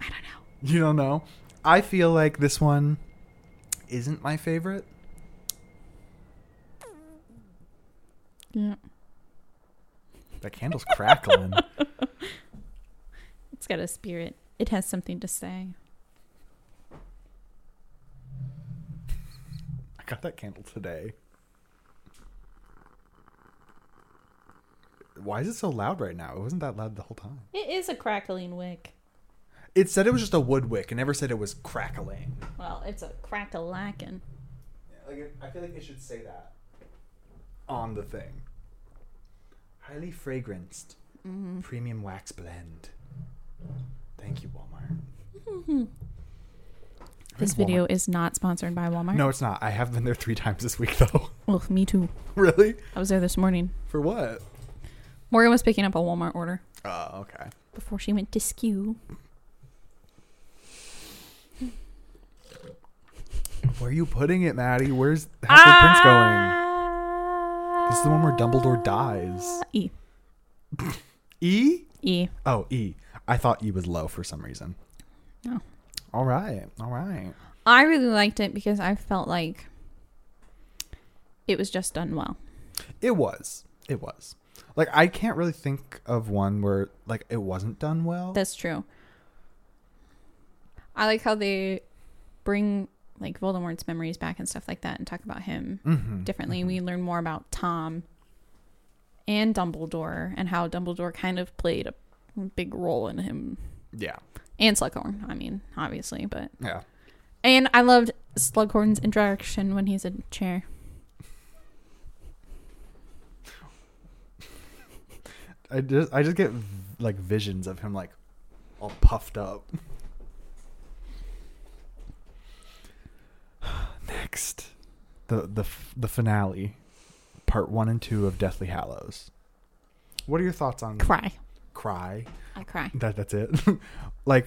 [SPEAKER 3] I don't know.
[SPEAKER 2] You don't know. I feel like this one isn't my favorite.
[SPEAKER 3] Yeah.
[SPEAKER 2] That candle's crackling.
[SPEAKER 3] It's got a spirit. It has something to say.
[SPEAKER 2] I got that candle today. Why is it so loud right now? It wasn't that loud the whole time.
[SPEAKER 3] It is a crackling wick.
[SPEAKER 2] It said it was just a wood wick. It never said it was crackling.
[SPEAKER 3] Well, it's a crack a lackin'.
[SPEAKER 2] Yeah, like I feel like it should say that on the thing. Highly fragranced,
[SPEAKER 3] Mm-hmm.
[SPEAKER 2] premium wax blend. Thank you, Walmart.
[SPEAKER 3] This
[SPEAKER 2] Walmart.
[SPEAKER 3] video is not sponsored by Walmart.
[SPEAKER 2] No, it's not. I have been there three times this week, though.
[SPEAKER 3] Well, me too.
[SPEAKER 2] really?
[SPEAKER 3] I was there this morning.
[SPEAKER 2] For what?
[SPEAKER 3] Morgan was picking up a Walmart order
[SPEAKER 2] Oh, okay.
[SPEAKER 3] before she went to skew.
[SPEAKER 2] Where are you putting it, Maddie? Where's Half Blood Prince going?
[SPEAKER 3] Ah! going?
[SPEAKER 2] This is the one where Dumbledore dies.
[SPEAKER 3] E.
[SPEAKER 2] E?
[SPEAKER 3] E.
[SPEAKER 2] Oh, E. I thought E was low for some reason.
[SPEAKER 3] No.
[SPEAKER 2] All right. All right.
[SPEAKER 3] I really liked it because I felt like it was just done well.
[SPEAKER 2] It was. It was. Like I can't really think of one where like it wasn't done well.
[SPEAKER 3] That's true. I like how they bring like Voldemort's memories back and stuff like that and talk about him
[SPEAKER 2] Mhm.
[SPEAKER 3] differently. We learn more about Tom and Dumbledore and how Dumbledore kind of played a big role in him
[SPEAKER 2] Yeah.
[SPEAKER 3] and Slughorn, I mean, obviously, but
[SPEAKER 2] Yeah.
[SPEAKER 3] and I loved Slughorn's interaction when he's a chair.
[SPEAKER 2] I just I just get like visions of him like all puffed up. Next, the the f- the finale, part one and two of Deathly Hallows. What are your thoughts on
[SPEAKER 3] Cry.
[SPEAKER 2] cry?
[SPEAKER 3] I cry.
[SPEAKER 2] That that's it. like,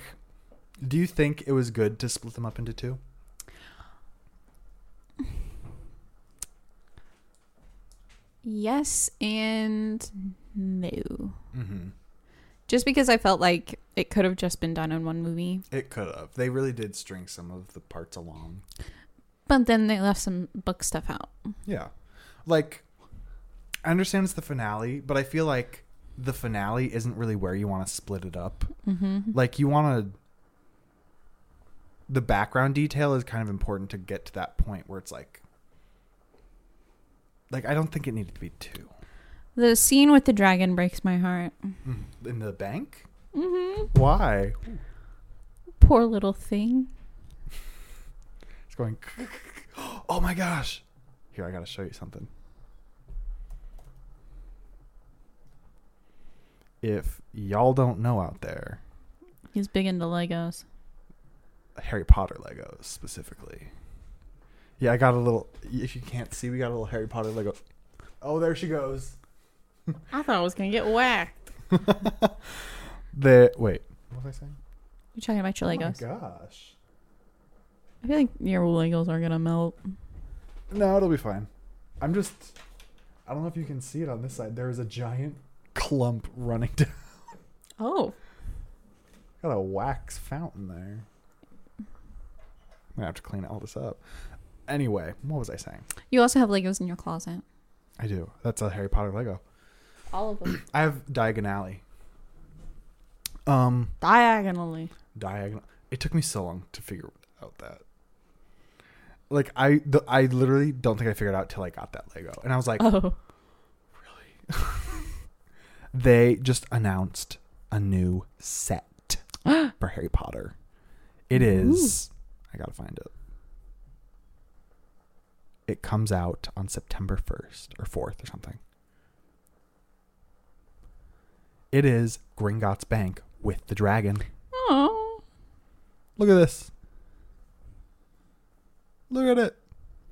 [SPEAKER 2] do you think it was good to split them up into two?
[SPEAKER 3] Yes and no.
[SPEAKER 2] Mm-hmm.
[SPEAKER 3] Just because I felt like it could have just been done in one movie,
[SPEAKER 2] It could have. They really did string some of the parts along.
[SPEAKER 3] but then they left some book stuff out.
[SPEAKER 2] Yeah. Like, I understand it's the finale, but I feel like the finale isn't really where you want to split it up.
[SPEAKER 3] Mm-hmm.
[SPEAKER 2] Like, you want to. The background detail is kind of important to get to that point where it's like. Like, I don't think it needed to be two.
[SPEAKER 3] The scene with the dragon breaks my heart.
[SPEAKER 2] In the bank?
[SPEAKER 3] Mm-hmm.
[SPEAKER 2] Why?
[SPEAKER 3] Poor little thing.
[SPEAKER 2] It's going. Oh my gosh! Here, I gotta show you something. If y'all don't know out there,
[SPEAKER 3] He's big into Legos.
[SPEAKER 2] Harry Potter Legos specifically. Yeah, I got a little. If you can't see, we got a little Harry Potter Lego. Oh, there she goes.
[SPEAKER 3] I thought I was gonna get whacked.
[SPEAKER 2] The wait. What was I saying?
[SPEAKER 3] You're talking about your Legos.
[SPEAKER 2] Oh my gosh.
[SPEAKER 3] I feel like your Legos are gonna melt.
[SPEAKER 2] No, it'll be fine. I'm just. I don't know if you can see it on this side. There is a giant clump running down.
[SPEAKER 3] Oh,
[SPEAKER 2] Got a wax fountain there. I'm gonna have to clean all this up. Anyway, what was I saying?
[SPEAKER 3] you also have Legos in your closet.
[SPEAKER 2] I do. That's a Harry Potter Lego.
[SPEAKER 3] All of them
[SPEAKER 2] I have Diagon Alley. Um,
[SPEAKER 3] diagonally.
[SPEAKER 2] diagonal. It took me so long to figure out that. Like I, the, I literally don't think I figured out till I got that Lego, and I was like,
[SPEAKER 3] Oh,
[SPEAKER 2] really? they just announced a new set for Harry Potter. It is. I gotta find it. It comes out on September 1st or 4th or something. It is Gringotts Bank with the dragon.
[SPEAKER 3] oh,
[SPEAKER 2] Look at this. Look at it.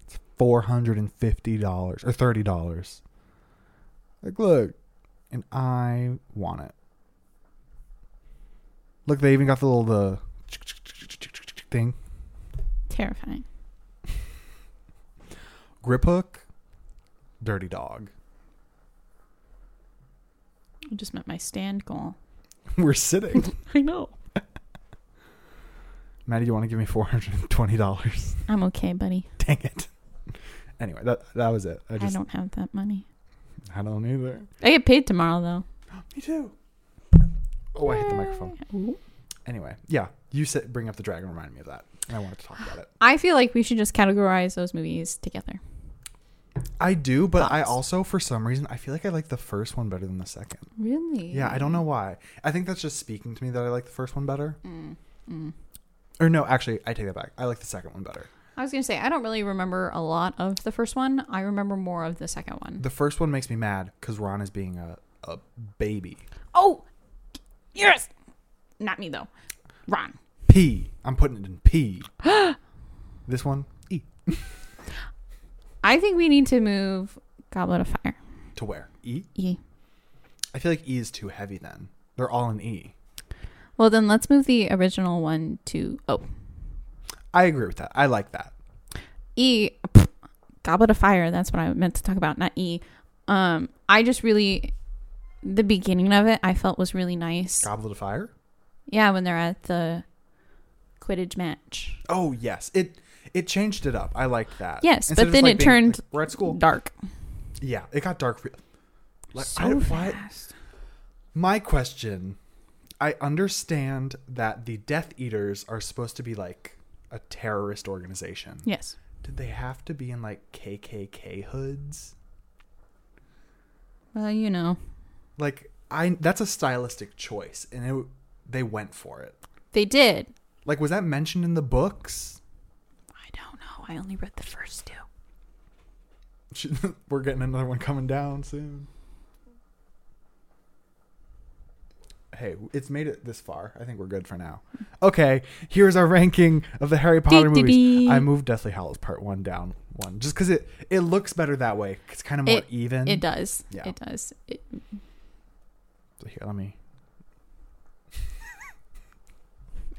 [SPEAKER 2] It's four hundred and fifty dollars or thirty dollars. Like, look, and I want it. Look, they even got the little the thing
[SPEAKER 3] terrifying.
[SPEAKER 2] grip hook. Dirty dog.
[SPEAKER 3] I just met my stand goal.
[SPEAKER 2] We're sitting.
[SPEAKER 3] I know.
[SPEAKER 2] Maddie, you want to give me four hundred and twenty dollars?
[SPEAKER 3] I'm okay, buddy.
[SPEAKER 2] Dang it. Anyway, that that was it. I
[SPEAKER 3] I
[SPEAKER 2] just
[SPEAKER 3] don't have that money.
[SPEAKER 2] I don't, either.
[SPEAKER 3] I get paid tomorrow though.
[SPEAKER 2] Me too. Oh, I hit the microphone.
[SPEAKER 3] Ooh.
[SPEAKER 2] Anyway, yeah, you said bring up the dragon reminded me of that, and I wanted to talk about it.
[SPEAKER 3] I feel like we should just categorize those movies together.
[SPEAKER 2] I do, but I
[SPEAKER 3] Thoughts?
[SPEAKER 2] also, for some reason, I feel like I like the first one better than the second.
[SPEAKER 3] Really?
[SPEAKER 2] Yeah, I don't know why. I think that's just speaking to me that I like the first one better. Or no, actually, I take that back. I like the second one better.
[SPEAKER 3] I was gonna say I don't really remember a lot of the first one. I remember more of the second one.
[SPEAKER 2] The first one makes me mad because Ron is being a a baby.
[SPEAKER 3] Oh, yes. Not me though. Ron.
[SPEAKER 2] P. I'm putting it in P. this one E.
[SPEAKER 3] I think we need to move Goblet of Fire.
[SPEAKER 2] To where E?
[SPEAKER 3] E.
[SPEAKER 2] I feel like E is too heavy. Then they're all in E.
[SPEAKER 3] Well, then let's move the original one to O.
[SPEAKER 2] I agree with that. I like that.
[SPEAKER 3] E pff, Goblet of Fire, that's what I meant to talk about, not E. Um I just really the beginning of it I felt was really nice.
[SPEAKER 2] Goblet of Fire.
[SPEAKER 3] Yeah, when they're at the Quidditch match.
[SPEAKER 2] Oh yes, it it changed it up. I liked that.
[SPEAKER 3] Yes, but
[SPEAKER 2] of just,
[SPEAKER 3] then it turned
[SPEAKER 2] like, we're at school.
[SPEAKER 3] Dark.
[SPEAKER 2] Yeah, it got dark. re- Like,
[SPEAKER 3] so
[SPEAKER 2] I, why-
[SPEAKER 3] fast.
[SPEAKER 2] my question: I understand that the Death Eaters are supposed to be like a terrorist organization.
[SPEAKER 3] Yes.
[SPEAKER 2] Did they have to be in like KKK hoods?
[SPEAKER 3] Well, you know.
[SPEAKER 2] Like I, that's a stylistic choice, and it, they went for it.
[SPEAKER 3] They did.
[SPEAKER 2] Like, was that mentioned in the books?
[SPEAKER 3] I don't know. I only read the first two.
[SPEAKER 2] We're getting another one coming down soon. Hey, it's made it this far. I think we're good for now. Okay, here's our ranking of the Harry Potter movies.
[SPEAKER 3] Dee-dee-dee.
[SPEAKER 2] I moved Deathly Hallows Part One down one just because it it looks better that way. It's kind of more even.
[SPEAKER 3] It does.
[SPEAKER 2] Yeah.
[SPEAKER 3] It does. It,
[SPEAKER 2] So here, let me.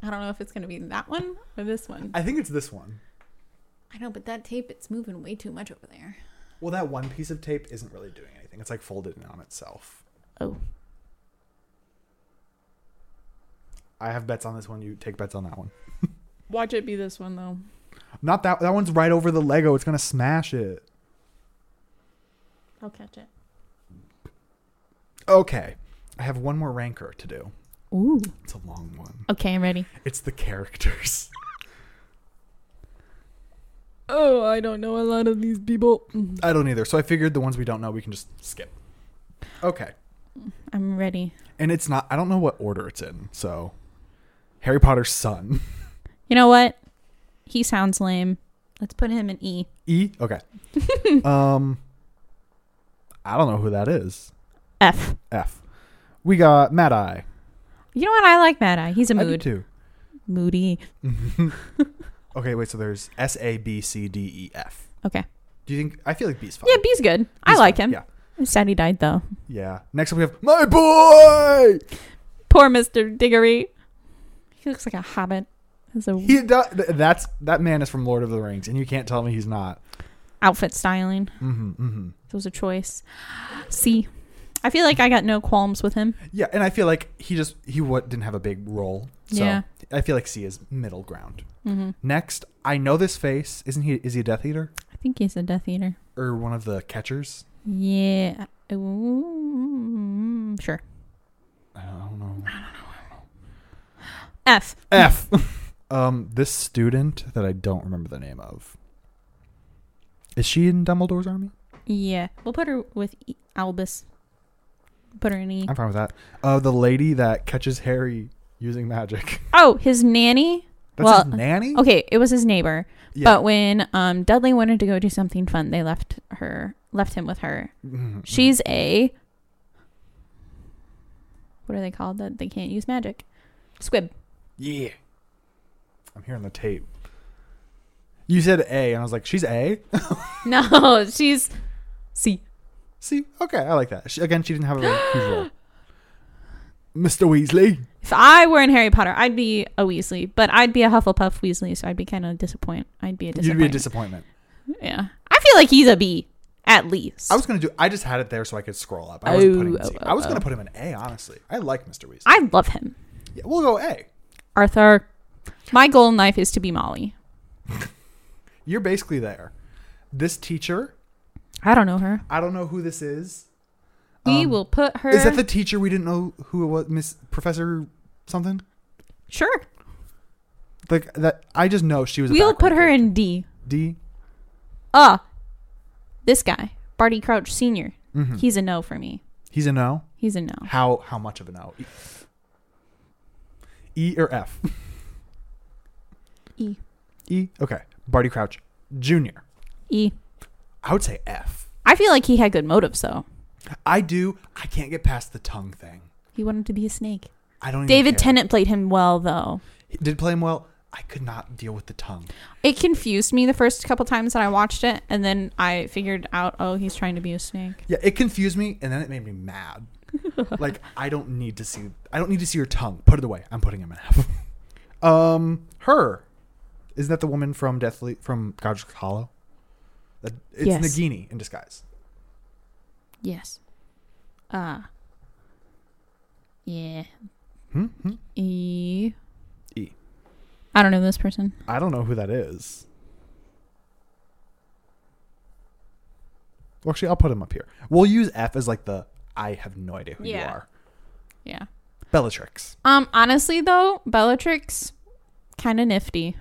[SPEAKER 3] I don't know if it's going to be that one or this one.
[SPEAKER 2] I think it's this one.
[SPEAKER 3] I know, but that tape, it's moving way too much over there.
[SPEAKER 2] Well, that one piece Oh. of tape isn't really doing anything. It's like folded in on itself.
[SPEAKER 3] Oh.
[SPEAKER 2] I have bets on this one. You take bets on that one.
[SPEAKER 3] Watch it be this one though.
[SPEAKER 2] Not that that one's right over the Lego. It's gonna smash it.
[SPEAKER 3] I'll catch it.
[SPEAKER 2] Okay, I have one more rancor to do.
[SPEAKER 3] Ooh.
[SPEAKER 2] It's a long one.
[SPEAKER 3] Okay, I'm ready.
[SPEAKER 2] It's the characters.
[SPEAKER 3] Oh, I don't know a lot of these people.
[SPEAKER 2] I don't either. So I figured the ones we don't know we can just skip. Okay,
[SPEAKER 3] I'm ready.
[SPEAKER 2] and it's not. I don't know what order it's in. So, Harry Potter's son.
[SPEAKER 3] You know what? He sounds lame. Let's put him in E.
[SPEAKER 2] E. Okay. um, I don't know who that is.
[SPEAKER 3] F.
[SPEAKER 2] F. We got Mad Eye.
[SPEAKER 3] You know what? I like Mad Eye. He's a
[SPEAKER 2] I do
[SPEAKER 3] mood.
[SPEAKER 2] too.
[SPEAKER 3] Moody.
[SPEAKER 2] Okay, wait. So there's S A B C D E F.
[SPEAKER 3] Okay.
[SPEAKER 2] Do you think? I feel like B's fine.
[SPEAKER 3] Yeah, B's good. I
[SPEAKER 2] B's
[SPEAKER 3] like
[SPEAKER 2] Oh, fine,
[SPEAKER 3] him.
[SPEAKER 2] Yeah.
[SPEAKER 3] I'm sad he died though.
[SPEAKER 2] Yeah. Next up, we have my boy.
[SPEAKER 3] Poor Mr. Diggory. He looks like a hobbit. His a
[SPEAKER 2] He do- th- that's that man is from Lord of the Rings, and you can't tell me he's not.
[SPEAKER 3] outfit styling.
[SPEAKER 2] hmm hmm
[SPEAKER 3] It was a choice. C. I feel like I got no qualms with him.
[SPEAKER 2] Yeah, and I feel like he just he what didn't have a big role. So
[SPEAKER 3] Yeah.
[SPEAKER 2] I feel like C is middle ground.
[SPEAKER 3] Mhm.
[SPEAKER 2] Next, I know this face. Isn't he? Is he a Death Eater
[SPEAKER 3] I think he's a Death Eater.
[SPEAKER 2] or one of the catchers?
[SPEAKER 3] Yeah. Ooh, sure.
[SPEAKER 2] I don't know.
[SPEAKER 3] F.
[SPEAKER 2] F. um, this student that I don't remember the name of. Is she in Dumbledore's army?
[SPEAKER 3] Yeah. We'll put her with e- Albus. Put her in E.
[SPEAKER 2] I'm fine with that. Uh, the lady that catches Harry using magic.
[SPEAKER 3] Oh, his nanny.
[SPEAKER 2] That's
[SPEAKER 3] Well,
[SPEAKER 2] his nanny.
[SPEAKER 3] Okay, it was his neighbor.
[SPEAKER 2] Yeah.
[SPEAKER 3] But when um, Dudley wanted to go do something fun, they left her, left him with her.
[SPEAKER 2] Mhm.
[SPEAKER 3] She's a. What are they called that they can't use magic? Squib.
[SPEAKER 2] Yeah. I'm hearing the tape. You said A, and I was like, she's A?
[SPEAKER 3] No, she's C.
[SPEAKER 2] See, okay, I like that. She, again, she didn't have a very huge role. Mr. Weasley.
[SPEAKER 3] If I were in Harry Potter, I'd be a Weasley, but I'd be a Hufflepuff Weasley, so I'd be kind of disappoint. I'd be a
[SPEAKER 2] You'd
[SPEAKER 3] disappoint.
[SPEAKER 2] be a disappointment.
[SPEAKER 3] yeah. I feel like he's a B, at least.
[SPEAKER 2] I was going to do, I just had it there so I could scroll up. I wasn't putting
[SPEAKER 3] Oh,
[SPEAKER 2] C.
[SPEAKER 3] oh,
[SPEAKER 2] I was
[SPEAKER 3] oh,
[SPEAKER 2] going to
[SPEAKER 3] oh.
[SPEAKER 2] put him in A, honestly. I like Mr. Weasley.
[SPEAKER 3] I love him.
[SPEAKER 2] yeah, we'll go A.
[SPEAKER 3] Arthur, my goal in life is to be Molly.
[SPEAKER 2] You're basically there. This teacher,
[SPEAKER 3] I don't know her.
[SPEAKER 2] I don't know who this is.
[SPEAKER 3] We
[SPEAKER 2] Um,
[SPEAKER 3] will put her.
[SPEAKER 2] Is that the teacher we didn't know who it was? Miss Professor something?
[SPEAKER 3] sure?
[SPEAKER 2] Like that, I just know she was. a
[SPEAKER 3] We'll
[SPEAKER 2] background
[SPEAKER 3] put her in D.
[SPEAKER 2] D.
[SPEAKER 3] Uh, this guy, Barty Crouch senior He's a no for me.
[SPEAKER 2] He's a no.
[SPEAKER 3] He's a no.
[SPEAKER 2] How how much of an O? E- E or F?
[SPEAKER 3] E.
[SPEAKER 2] E. Okay. Barty Crouch Jr.
[SPEAKER 3] E.
[SPEAKER 2] I would say F.
[SPEAKER 3] I feel like he had good motives though.
[SPEAKER 2] I do. I can't get past the tongue thing.
[SPEAKER 3] He wanted to be a snake.
[SPEAKER 2] I don't.
[SPEAKER 3] David
[SPEAKER 2] even care.
[SPEAKER 3] Tennant played him well though.
[SPEAKER 2] He did play him well. I could not deal with the tongue.
[SPEAKER 3] It confused me the first couple times that I watched it, and then I figured out, oh, he's trying to be a snake.
[SPEAKER 2] Yeah, it confused me, and then it made me mad. like I don't need to see. I don't need to see your tongue. Put it away. I'm putting him in F. um, her. Isn't that the woman from Deathly from Godric's Hollow? That- It's
[SPEAKER 3] Yes.
[SPEAKER 2] Nagini in disguise.
[SPEAKER 3] Yes. Uh. Yeah.
[SPEAKER 2] Hmm? Hmm?
[SPEAKER 3] E.
[SPEAKER 2] E.
[SPEAKER 3] I don't know this person.
[SPEAKER 2] I don't know who that is. Well, Actually, I'll put him up here. We'll use F as like the I have no idea who you
[SPEAKER 3] Yeah.
[SPEAKER 2] are.
[SPEAKER 3] Yeah.
[SPEAKER 2] Bellatrix.
[SPEAKER 3] Um, honestly though, Bellatrix kind of nifty.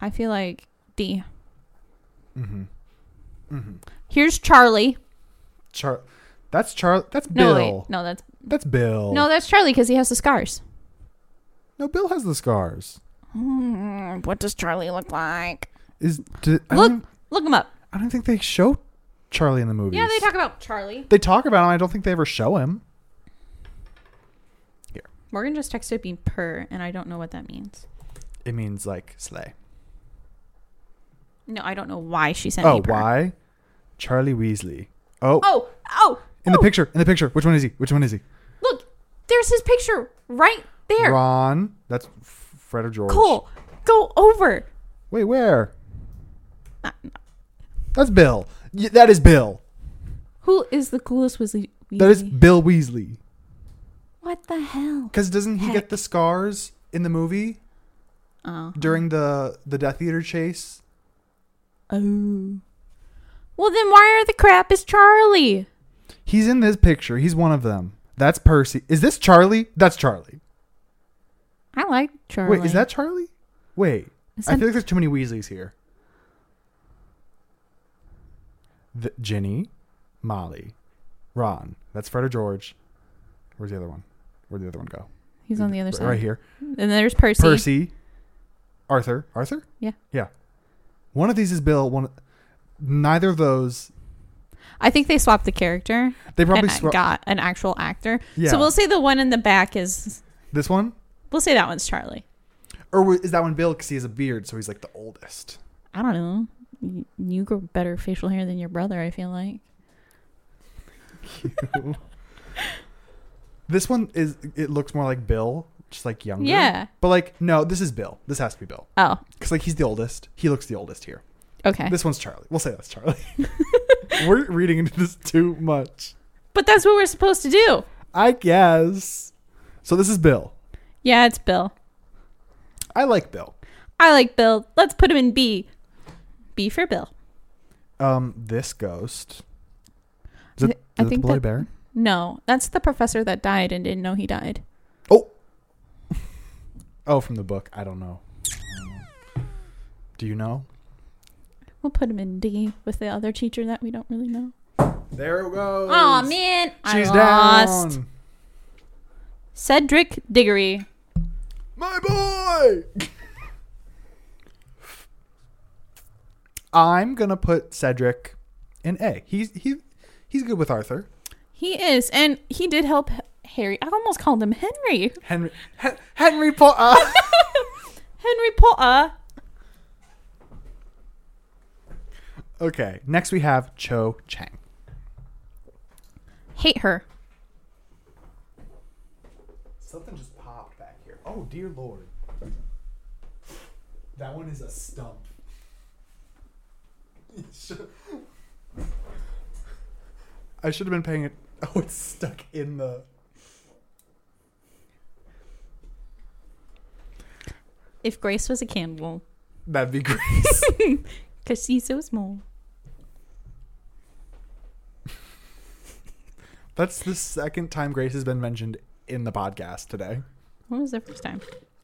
[SPEAKER 3] I feel like D.
[SPEAKER 2] Mm-hmm. Mm-hmm.
[SPEAKER 3] Here's Charlie.
[SPEAKER 2] Char. That's Char. That's
[SPEAKER 3] No,
[SPEAKER 2] Bill.
[SPEAKER 3] wait, no, that's
[SPEAKER 2] That's Bill.
[SPEAKER 3] no, that's Charlie because he has the scars.
[SPEAKER 2] No, Bill has the scars.
[SPEAKER 3] Hmm, what does Charlie look like?
[SPEAKER 2] Is do, I,
[SPEAKER 3] Look,
[SPEAKER 2] don't,
[SPEAKER 3] look him up.
[SPEAKER 2] I don't think they show Charlie in the movies.
[SPEAKER 3] Yeah, they talk about Charlie.
[SPEAKER 2] They talk about him. I don't think they ever show him.
[SPEAKER 3] Morgan just texted me purr, and I don't know what that means.
[SPEAKER 2] It means like slay.
[SPEAKER 3] No, I don't know why she sent
[SPEAKER 2] Oh,
[SPEAKER 3] me purr.
[SPEAKER 2] why? Charlie Weasley. Oh,
[SPEAKER 3] Oh, oh,
[SPEAKER 2] in the
[SPEAKER 3] oh,
[SPEAKER 2] picture. In the picture. Which one is he? Which one is he?
[SPEAKER 3] Look, there's his picture right there.
[SPEAKER 2] Ron. That's F- Fred or George.
[SPEAKER 3] Cole, go over.
[SPEAKER 2] Wait, where?
[SPEAKER 3] Uh,
[SPEAKER 2] That's Bill. Y- that is Bill.
[SPEAKER 3] Who is the coolest Weasley?
[SPEAKER 2] That is
[SPEAKER 3] Weasley?
[SPEAKER 2] Bill Weasley.
[SPEAKER 3] what the hell.
[SPEAKER 2] Because doesn't he get the scars in the movie
[SPEAKER 3] Oh.
[SPEAKER 2] during the the Death Eater chase.
[SPEAKER 3] Oh. Well, then why are the crap is Charlie?
[SPEAKER 2] He's in this picture. He's one of them. That's Percy. Is this Charlie? That's Charlie.
[SPEAKER 3] I like Charlie.
[SPEAKER 2] Wait, is that Charlie? Wait.
[SPEAKER 3] Is
[SPEAKER 2] I
[SPEAKER 3] that-
[SPEAKER 2] feel like there's too many Weasleys here. The, Ginny, Molly, Ron. That's Fred or George. Where's the other one? Where'd the other one go?
[SPEAKER 3] He's on the other
[SPEAKER 2] Right-
[SPEAKER 3] side.
[SPEAKER 2] Right here.
[SPEAKER 3] And there's Percy.
[SPEAKER 2] Percy, Arthur. Arthur?
[SPEAKER 3] Yeah.
[SPEAKER 2] Yeah. One of these is Bill. One. Neither of those.
[SPEAKER 3] I think they swapped the character.
[SPEAKER 2] They probably
[SPEAKER 3] and
[SPEAKER 2] swa-
[SPEAKER 3] got an actual actor.
[SPEAKER 2] Yeah.
[SPEAKER 3] So we'll say the one in the back is.
[SPEAKER 2] This one,
[SPEAKER 3] We'll say that one's Charlie.
[SPEAKER 2] or wa- is that one Bill? Because he has a beard, so he's like the oldest.
[SPEAKER 3] I don't know. Y- You grow better facial hair than your brother. I feel like.
[SPEAKER 2] This one is. It looks more like Bill, just like younger.
[SPEAKER 3] Yeah.
[SPEAKER 2] But like, no, this is Bill. This has to be Bill.
[SPEAKER 3] Oh.
[SPEAKER 2] Because like he's the oldest. He looks the oldest here.
[SPEAKER 3] Okay.
[SPEAKER 2] This one's Charlie. We'll say that's Charlie. We're reading into this too much.
[SPEAKER 3] but that's what we're supposed to do.
[SPEAKER 2] I guess. So this is Bill.
[SPEAKER 3] Yeah, it's Bill.
[SPEAKER 2] I like Bill.
[SPEAKER 3] I like Bill. Let's put him in B. B for Bill.
[SPEAKER 2] Um, this ghost. Is it,
[SPEAKER 3] I- I
[SPEAKER 2] is it
[SPEAKER 3] think
[SPEAKER 2] the Blue
[SPEAKER 3] that-
[SPEAKER 2] Bear?
[SPEAKER 3] No, that's the professor that died and didn't know he died.
[SPEAKER 2] Oh. oh, from the book. I don't know. I don't know. Do you know?
[SPEAKER 3] We'll put him in D with the other teacher that we don't really know.
[SPEAKER 2] There it goes.
[SPEAKER 3] Oh man,
[SPEAKER 2] She's
[SPEAKER 3] I lost.
[SPEAKER 2] down.
[SPEAKER 3] Cedric Diggory.
[SPEAKER 2] My boy. I'm gonna put Cedric in A. He's he he's good with Arthur.
[SPEAKER 3] He is, and he did help H- Harry. I almost called him Henry.
[SPEAKER 2] Henry Hen- Henry Potter.
[SPEAKER 3] Henry Potter.
[SPEAKER 2] okay. Next we have Cho Chang.
[SPEAKER 3] Hate her.
[SPEAKER 2] Something just popped back here. Oh dear lord. That one is a stump. It should- I should have been paying it. Oh, it's stuck in the.
[SPEAKER 3] If Grace was a candle,
[SPEAKER 2] That'd be Grace.
[SPEAKER 3] because she's so small.
[SPEAKER 2] That's the second time Grace has been mentioned in the podcast today.
[SPEAKER 3] When was the first time?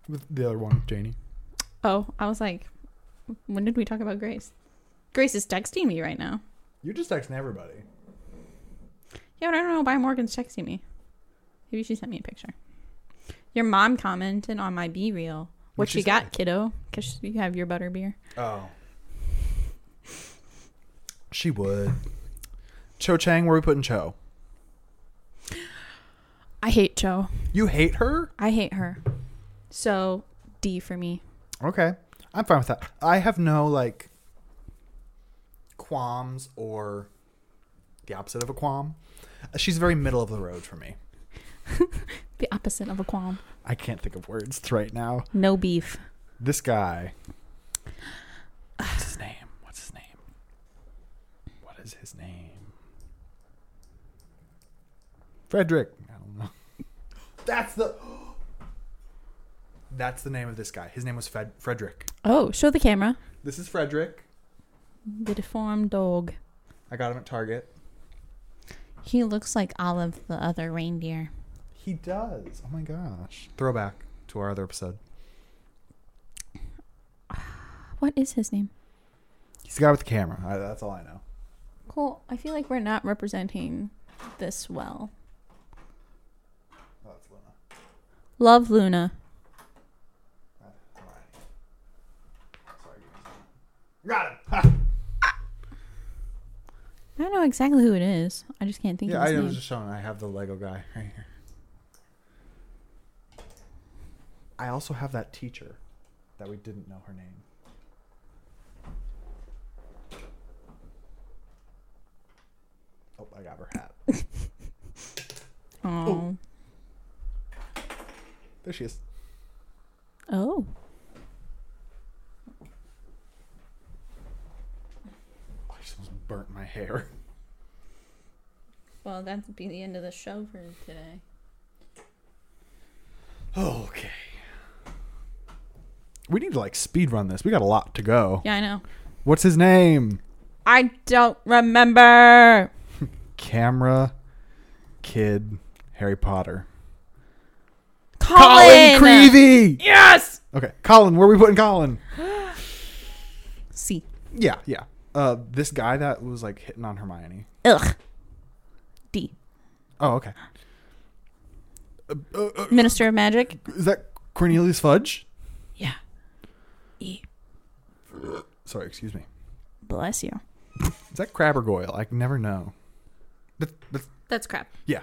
[SPEAKER 2] With the other one, Janie.
[SPEAKER 3] Oh, I was like, when did we talk about Grace? Grace is texting me right now.
[SPEAKER 2] You're just texting everybody.
[SPEAKER 3] Yeah, but I don't know why Morgan's texting me. Maybe she sent me a picture. Your mom commented on my B reel. What
[SPEAKER 2] What'd she
[SPEAKER 3] you got, kiddo? Because you have your butter beer.
[SPEAKER 2] Oh. She would. Cho Chang, where are we putting Cho?
[SPEAKER 3] I hate Cho.
[SPEAKER 2] You hate her?
[SPEAKER 3] I hate her. So D for me.
[SPEAKER 2] Okay. I'm fine with that. I have no like qualms or the opposite of a qualm. Uh, She's very middle of the road for me.
[SPEAKER 3] The opposite of a qualm.
[SPEAKER 2] I can't think of words right now.
[SPEAKER 3] No beef.
[SPEAKER 2] This guy. What's his name? What's his name? What is his name? Frederick. I don't know. That's the. That's the name of this guy. His name was Fred- Frederick.
[SPEAKER 3] Oh, show the camera.
[SPEAKER 2] This is Frederick.
[SPEAKER 3] The deformed dog.
[SPEAKER 2] I got him at Target.
[SPEAKER 3] He looks like Olive, the other reindeer.
[SPEAKER 2] He does. Oh my gosh. Throwback to our other episode.
[SPEAKER 3] What is his name?
[SPEAKER 2] He's the guy with the camera. I, that's all I know.
[SPEAKER 3] Cool. I feel like we're not representing this well.
[SPEAKER 2] Oh, that's Luna.
[SPEAKER 3] Love Luna.
[SPEAKER 2] All right. Sorry. guys. Got him. Ha!
[SPEAKER 3] I don't know exactly who it is. I just can't think
[SPEAKER 2] Yeah,
[SPEAKER 3] of
[SPEAKER 2] I
[SPEAKER 3] his name.
[SPEAKER 2] was just showing. I have the Lego guy right here. I also have that teacher that we didn't know her name. Oh, I got her hat.
[SPEAKER 3] Oh.
[SPEAKER 2] There she is.
[SPEAKER 3] Oh.
[SPEAKER 2] Oh, I just almost burnt my hair.
[SPEAKER 3] Well, that would be the end of the show for today.
[SPEAKER 2] Okay. We need to like speed run this. We got a lot to go.
[SPEAKER 3] Yeah, I know.
[SPEAKER 2] What's his name?
[SPEAKER 3] I don't remember.
[SPEAKER 2] Camera Kid Harry Potter.
[SPEAKER 3] Colin,
[SPEAKER 2] Creevy.
[SPEAKER 3] Yes.
[SPEAKER 2] Okay, Colin, where are we putting Colin?
[SPEAKER 3] C.
[SPEAKER 2] Yeah, yeah. Uh, this guy that was like hitting on Hermione.
[SPEAKER 3] Ugh. D.
[SPEAKER 2] Oh, okay. Uh, uh, uh,
[SPEAKER 3] Minister of Magic.
[SPEAKER 2] is that Cornelius Fudge?
[SPEAKER 3] Yeah. E.
[SPEAKER 2] Sorry, excuse me.
[SPEAKER 3] Bless you.
[SPEAKER 2] Is that crab or goyle? I can never know. But, but
[SPEAKER 3] That's crap.
[SPEAKER 2] yeah.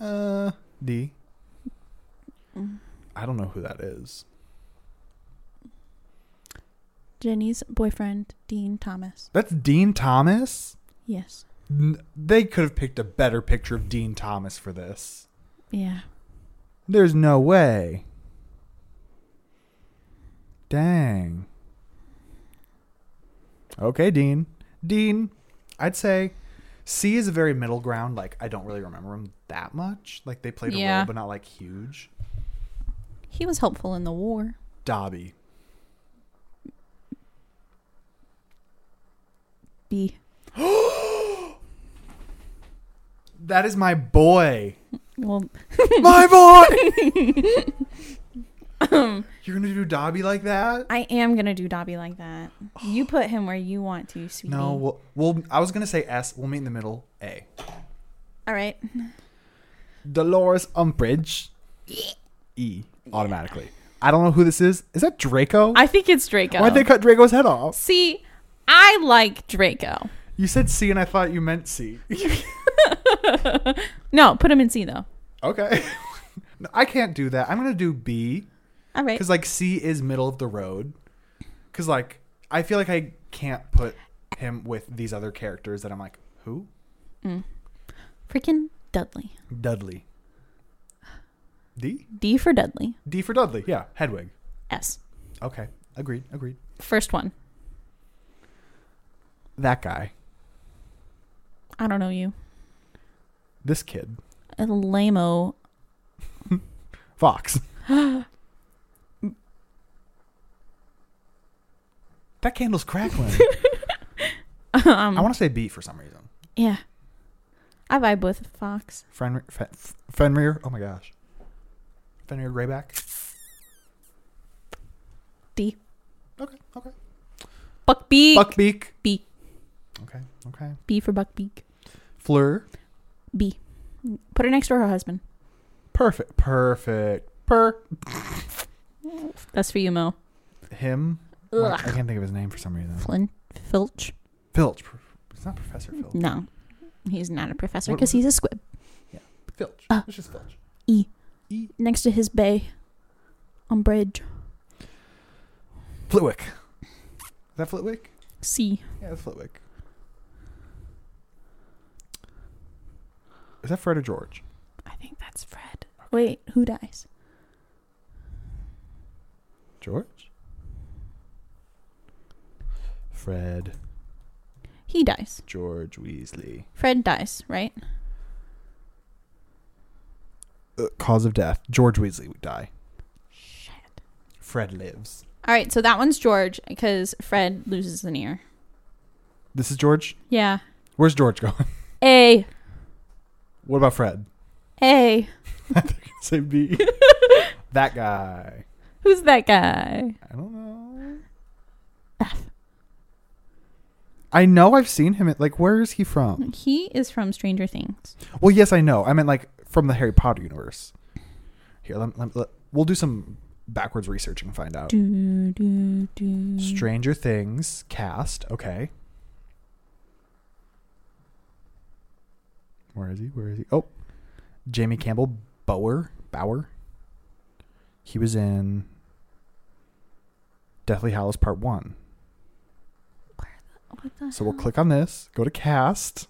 [SPEAKER 2] Uh, D. I don't know who that is.
[SPEAKER 3] Jenny's boyfriend, Dean Thomas.
[SPEAKER 2] That's Dean Thomas.
[SPEAKER 3] Yes.
[SPEAKER 2] N- they could have picked a better picture of Dean Thomas for this.
[SPEAKER 3] Yeah.
[SPEAKER 2] There's no way. Dang. Okay, Dean. Dean, I'd say C is a very middle ground. Like, I don't really remember him that much. Like, they played a
[SPEAKER 3] Yeah.
[SPEAKER 2] role, but not like huge.
[SPEAKER 3] He was helpful in the war.
[SPEAKER 2] Dobby.
[SPEAKER 3] B.
[SPEAKER 2] That is my boy.
[SPEAKER 3] Well,
[SPEAKER 2] My boy! You're going to do Dobby like that?
[SPEAKER 3] Um, I am gonna do Dobby like that. You put him where you want to, sweetie.
[SPEAKER 2] No, we'll, we'll, I was going to say S. We'll meet in the middle. A.
[SPEAKER 3] All right.
[SPEAKER 2] Dolores Umbridge. E automatically. I don't know who this is. Is that Draco?
[SPEAKER 3] I think it's Draco.
[SPEAKER 2] Why'd they cut Draco's head off?
[SPEAKER 3] See, I like Draco.
[SPEAKER 2] You said C and I thought you meant C.
[SPEAKER 3] No, put him in C though.
[SPEAKER 2] okay. No, I can't do that. I'm gonna do B.
[SPEAKER 3] All right.
[SPEAKER 2] Because like C is middle of the road. Cause like I feel like I can't put him with these other characters that I'm like, who?
[SPEAKER 3] Freaking Dudley.
[SPEAKER 2] Dudley. D?
[SPEAKER 3] D for Dudley.
[SPEAKER 2] D for Dudley, yeah. Hedwig.
[SPEAKER 3] S.
[SPEAKER 2] Okay. Agreed, agreed.
[SPEAKER 3] First one.
[SPEAKER 2] That guy.
[SPEAKER 3] I don't know you.
[SPEAKER 2] This kid.
[SPEAKER 3] A lame-o.
[SPEAKER 2] Fox. that candle's crackling. I want to say B for some reason.
[SPEAKER 3] Yeah. I vibe with Fox.
[SPEAKER 2] Fenrir, Fen- Fenrir. Oh my gosh. Fenrir Greyback.
[SPEAKER 3] D.
[SPEAKER 2] Okay. Okay.
[SPEAKER 3] Buckbeak.
[SPEAKER 2] Buckbeak.
[SPEAKER 3] B.
[SPEAKER 2] Okay. Okay.
[SPEAKER 3] B for Buckbeak.
[SPEAKER 2] Fleur.
[SPEAKER 3] B. Put her next to her husband.
[SPEAKER 2] Perfect. Perfect. Per.
[SPEAKER 3] That's for you, Mo.
[SPEAKER 2] Him. Why- I
[SPEAKER 3] Ugh.
[SPEAKER 2] can't think of his name for some reason.
[SPEAKER 3] Flint Filch.
[SPEAKER 2] Filch. It's not Professor Filch.
[SPEAKER 3] No, he's not a professor
[SPEAKER 2] What
[SPEAKER 3] because he's a squib.
[SPEAKER 2] Filch.
[SPEAKER 3] Uh,
[SPEAKER 2] it's just Filch.
[SPEAKER 3] E.
[SPEAKER 2] E.
[SPEAKER 3] Next to his bay, Umbridge.
[SPEAKER 2] Flitwick. Is that Flitwick?
[SPEAKER 3] C.
[SPEAKER 2] Yeah, that's Flitwick. Is that Fred or George?
[SPEAKER 3] I think that's Fred. Wait, who dies?
[SPEAKER 2] George? Fred,
[SPEAKER 3] He dies.
[SPEAKER 2] George Weasley.
[SPEAKER 3] Fred dies, right?
[SPEAKER 2] Uh, cause of death. George Weasley would die.
[SPEAKER 3] Shit.
[SPEAKER 2] Fred lives.
[SPEAKER 3] All right, so that one's George because Fred loses an ear.
[SPEAKER 2] This is George?
[SPEAKER 3] Yeah.
[SPEAKER 2] Where's George going?
[SPEAKER 3] A.
[SPEAKER 2] What about Fred?
[SPEAKER 3] A.
[SPEAKER 2] Say B. that guy.
[SPEAKER 3] Who's that guy?
[SPEAKER 2] I don't know. I know I've seen him. At, like, where is he from?
[SPEAKER 3] He is from Stranger Things.
[SPEAKER 2] Well, yes, I know. I meant like from the Harry Potter universe. Here, let, let, let- we'll do some backwards research and find out.
[SPEAKER 3] Do, do, do.
[SPEAKER 2] Stranger Things cast. Okay. Where is he? Where is he? Oh, Jamie Campbell Bower. Bower. He was in Deathly Hallows Part 1.
[SPEAKER 3] What the
[SPEAKER 2] So we'll
[SPEAKER 3] hell?
[SPEAKER 2] click on this, go to cast.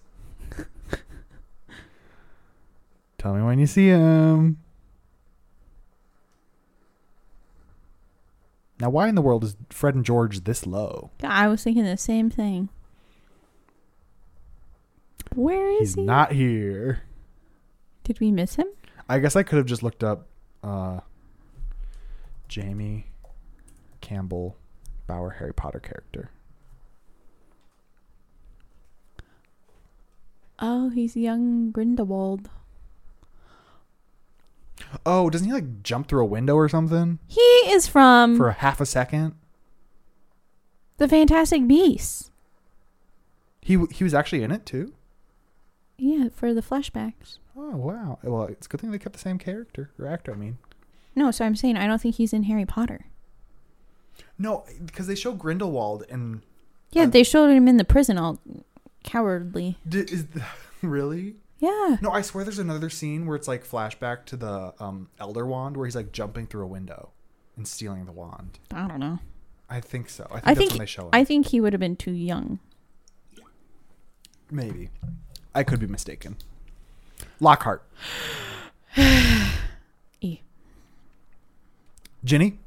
[SPEAKER 2] Tell me when you see him. Now, why in the world is Fred and George this low?
[SPEAKER 3] God, I was thinking the same thing. Where
[SPEAKER 2] He's
[SPEAKER 3] is he?
[SPEAKER 2] not here.
[SPEAKER 3] Did we miss him?
[SPEAKER 2] I guess I could have just looked up uh, Jamie Campbell Bauer Harry Potter character.
[SPEAKER 3] Oh, he's young Grindelwald.
[SPEAKER 2] Oh, doesn't he like jump through a window or something
[SPEAKER 3] He is from
[SPEAKER 2] for a half a second?
[SPEAKER 3] the Fantastic Beasts.
[SPEAKER 2] He w- he was actually in it too.
[SPEAKER 3] Yeah, for the flashbacks.
[SPEAKER 2] Oh wow! Well, it's a good thing they kept the same character or actor. I mean,
[SPEAKER 3] No, so I'm saying I don't think he's in Harry Potter.
[SPEAKER 2] no, because they show Grindelwald and
[SPEAKER 3] Yeah,
[SPEAKER 2] Uh,
[SPEAKER 3] they showed him in the prison all cowardly.
[SPEAKER 2] d- is the, really
[SPEAKER 3] Yeah.
[SPEAKER 2] no. I swear, there's another scene where it's like flashback to the um, Elder Wand where he's like jumping through a window and stealing the wand.
[SPEAKER 3] I don't know.
[SPEAKER 2] I think so. I think
[SPEAKER 3] I
[SPEAKER 2] that's
[SPEAKER 3] think
[SPEAKER 2] when they show him.
[SPEAKER 3] I think he would have been too young.
[SPEAKER 2] Maybe. I could be mistaken. Lockhart.
[SPEAKER 3] E.
[SPEAKER 2] Ginny?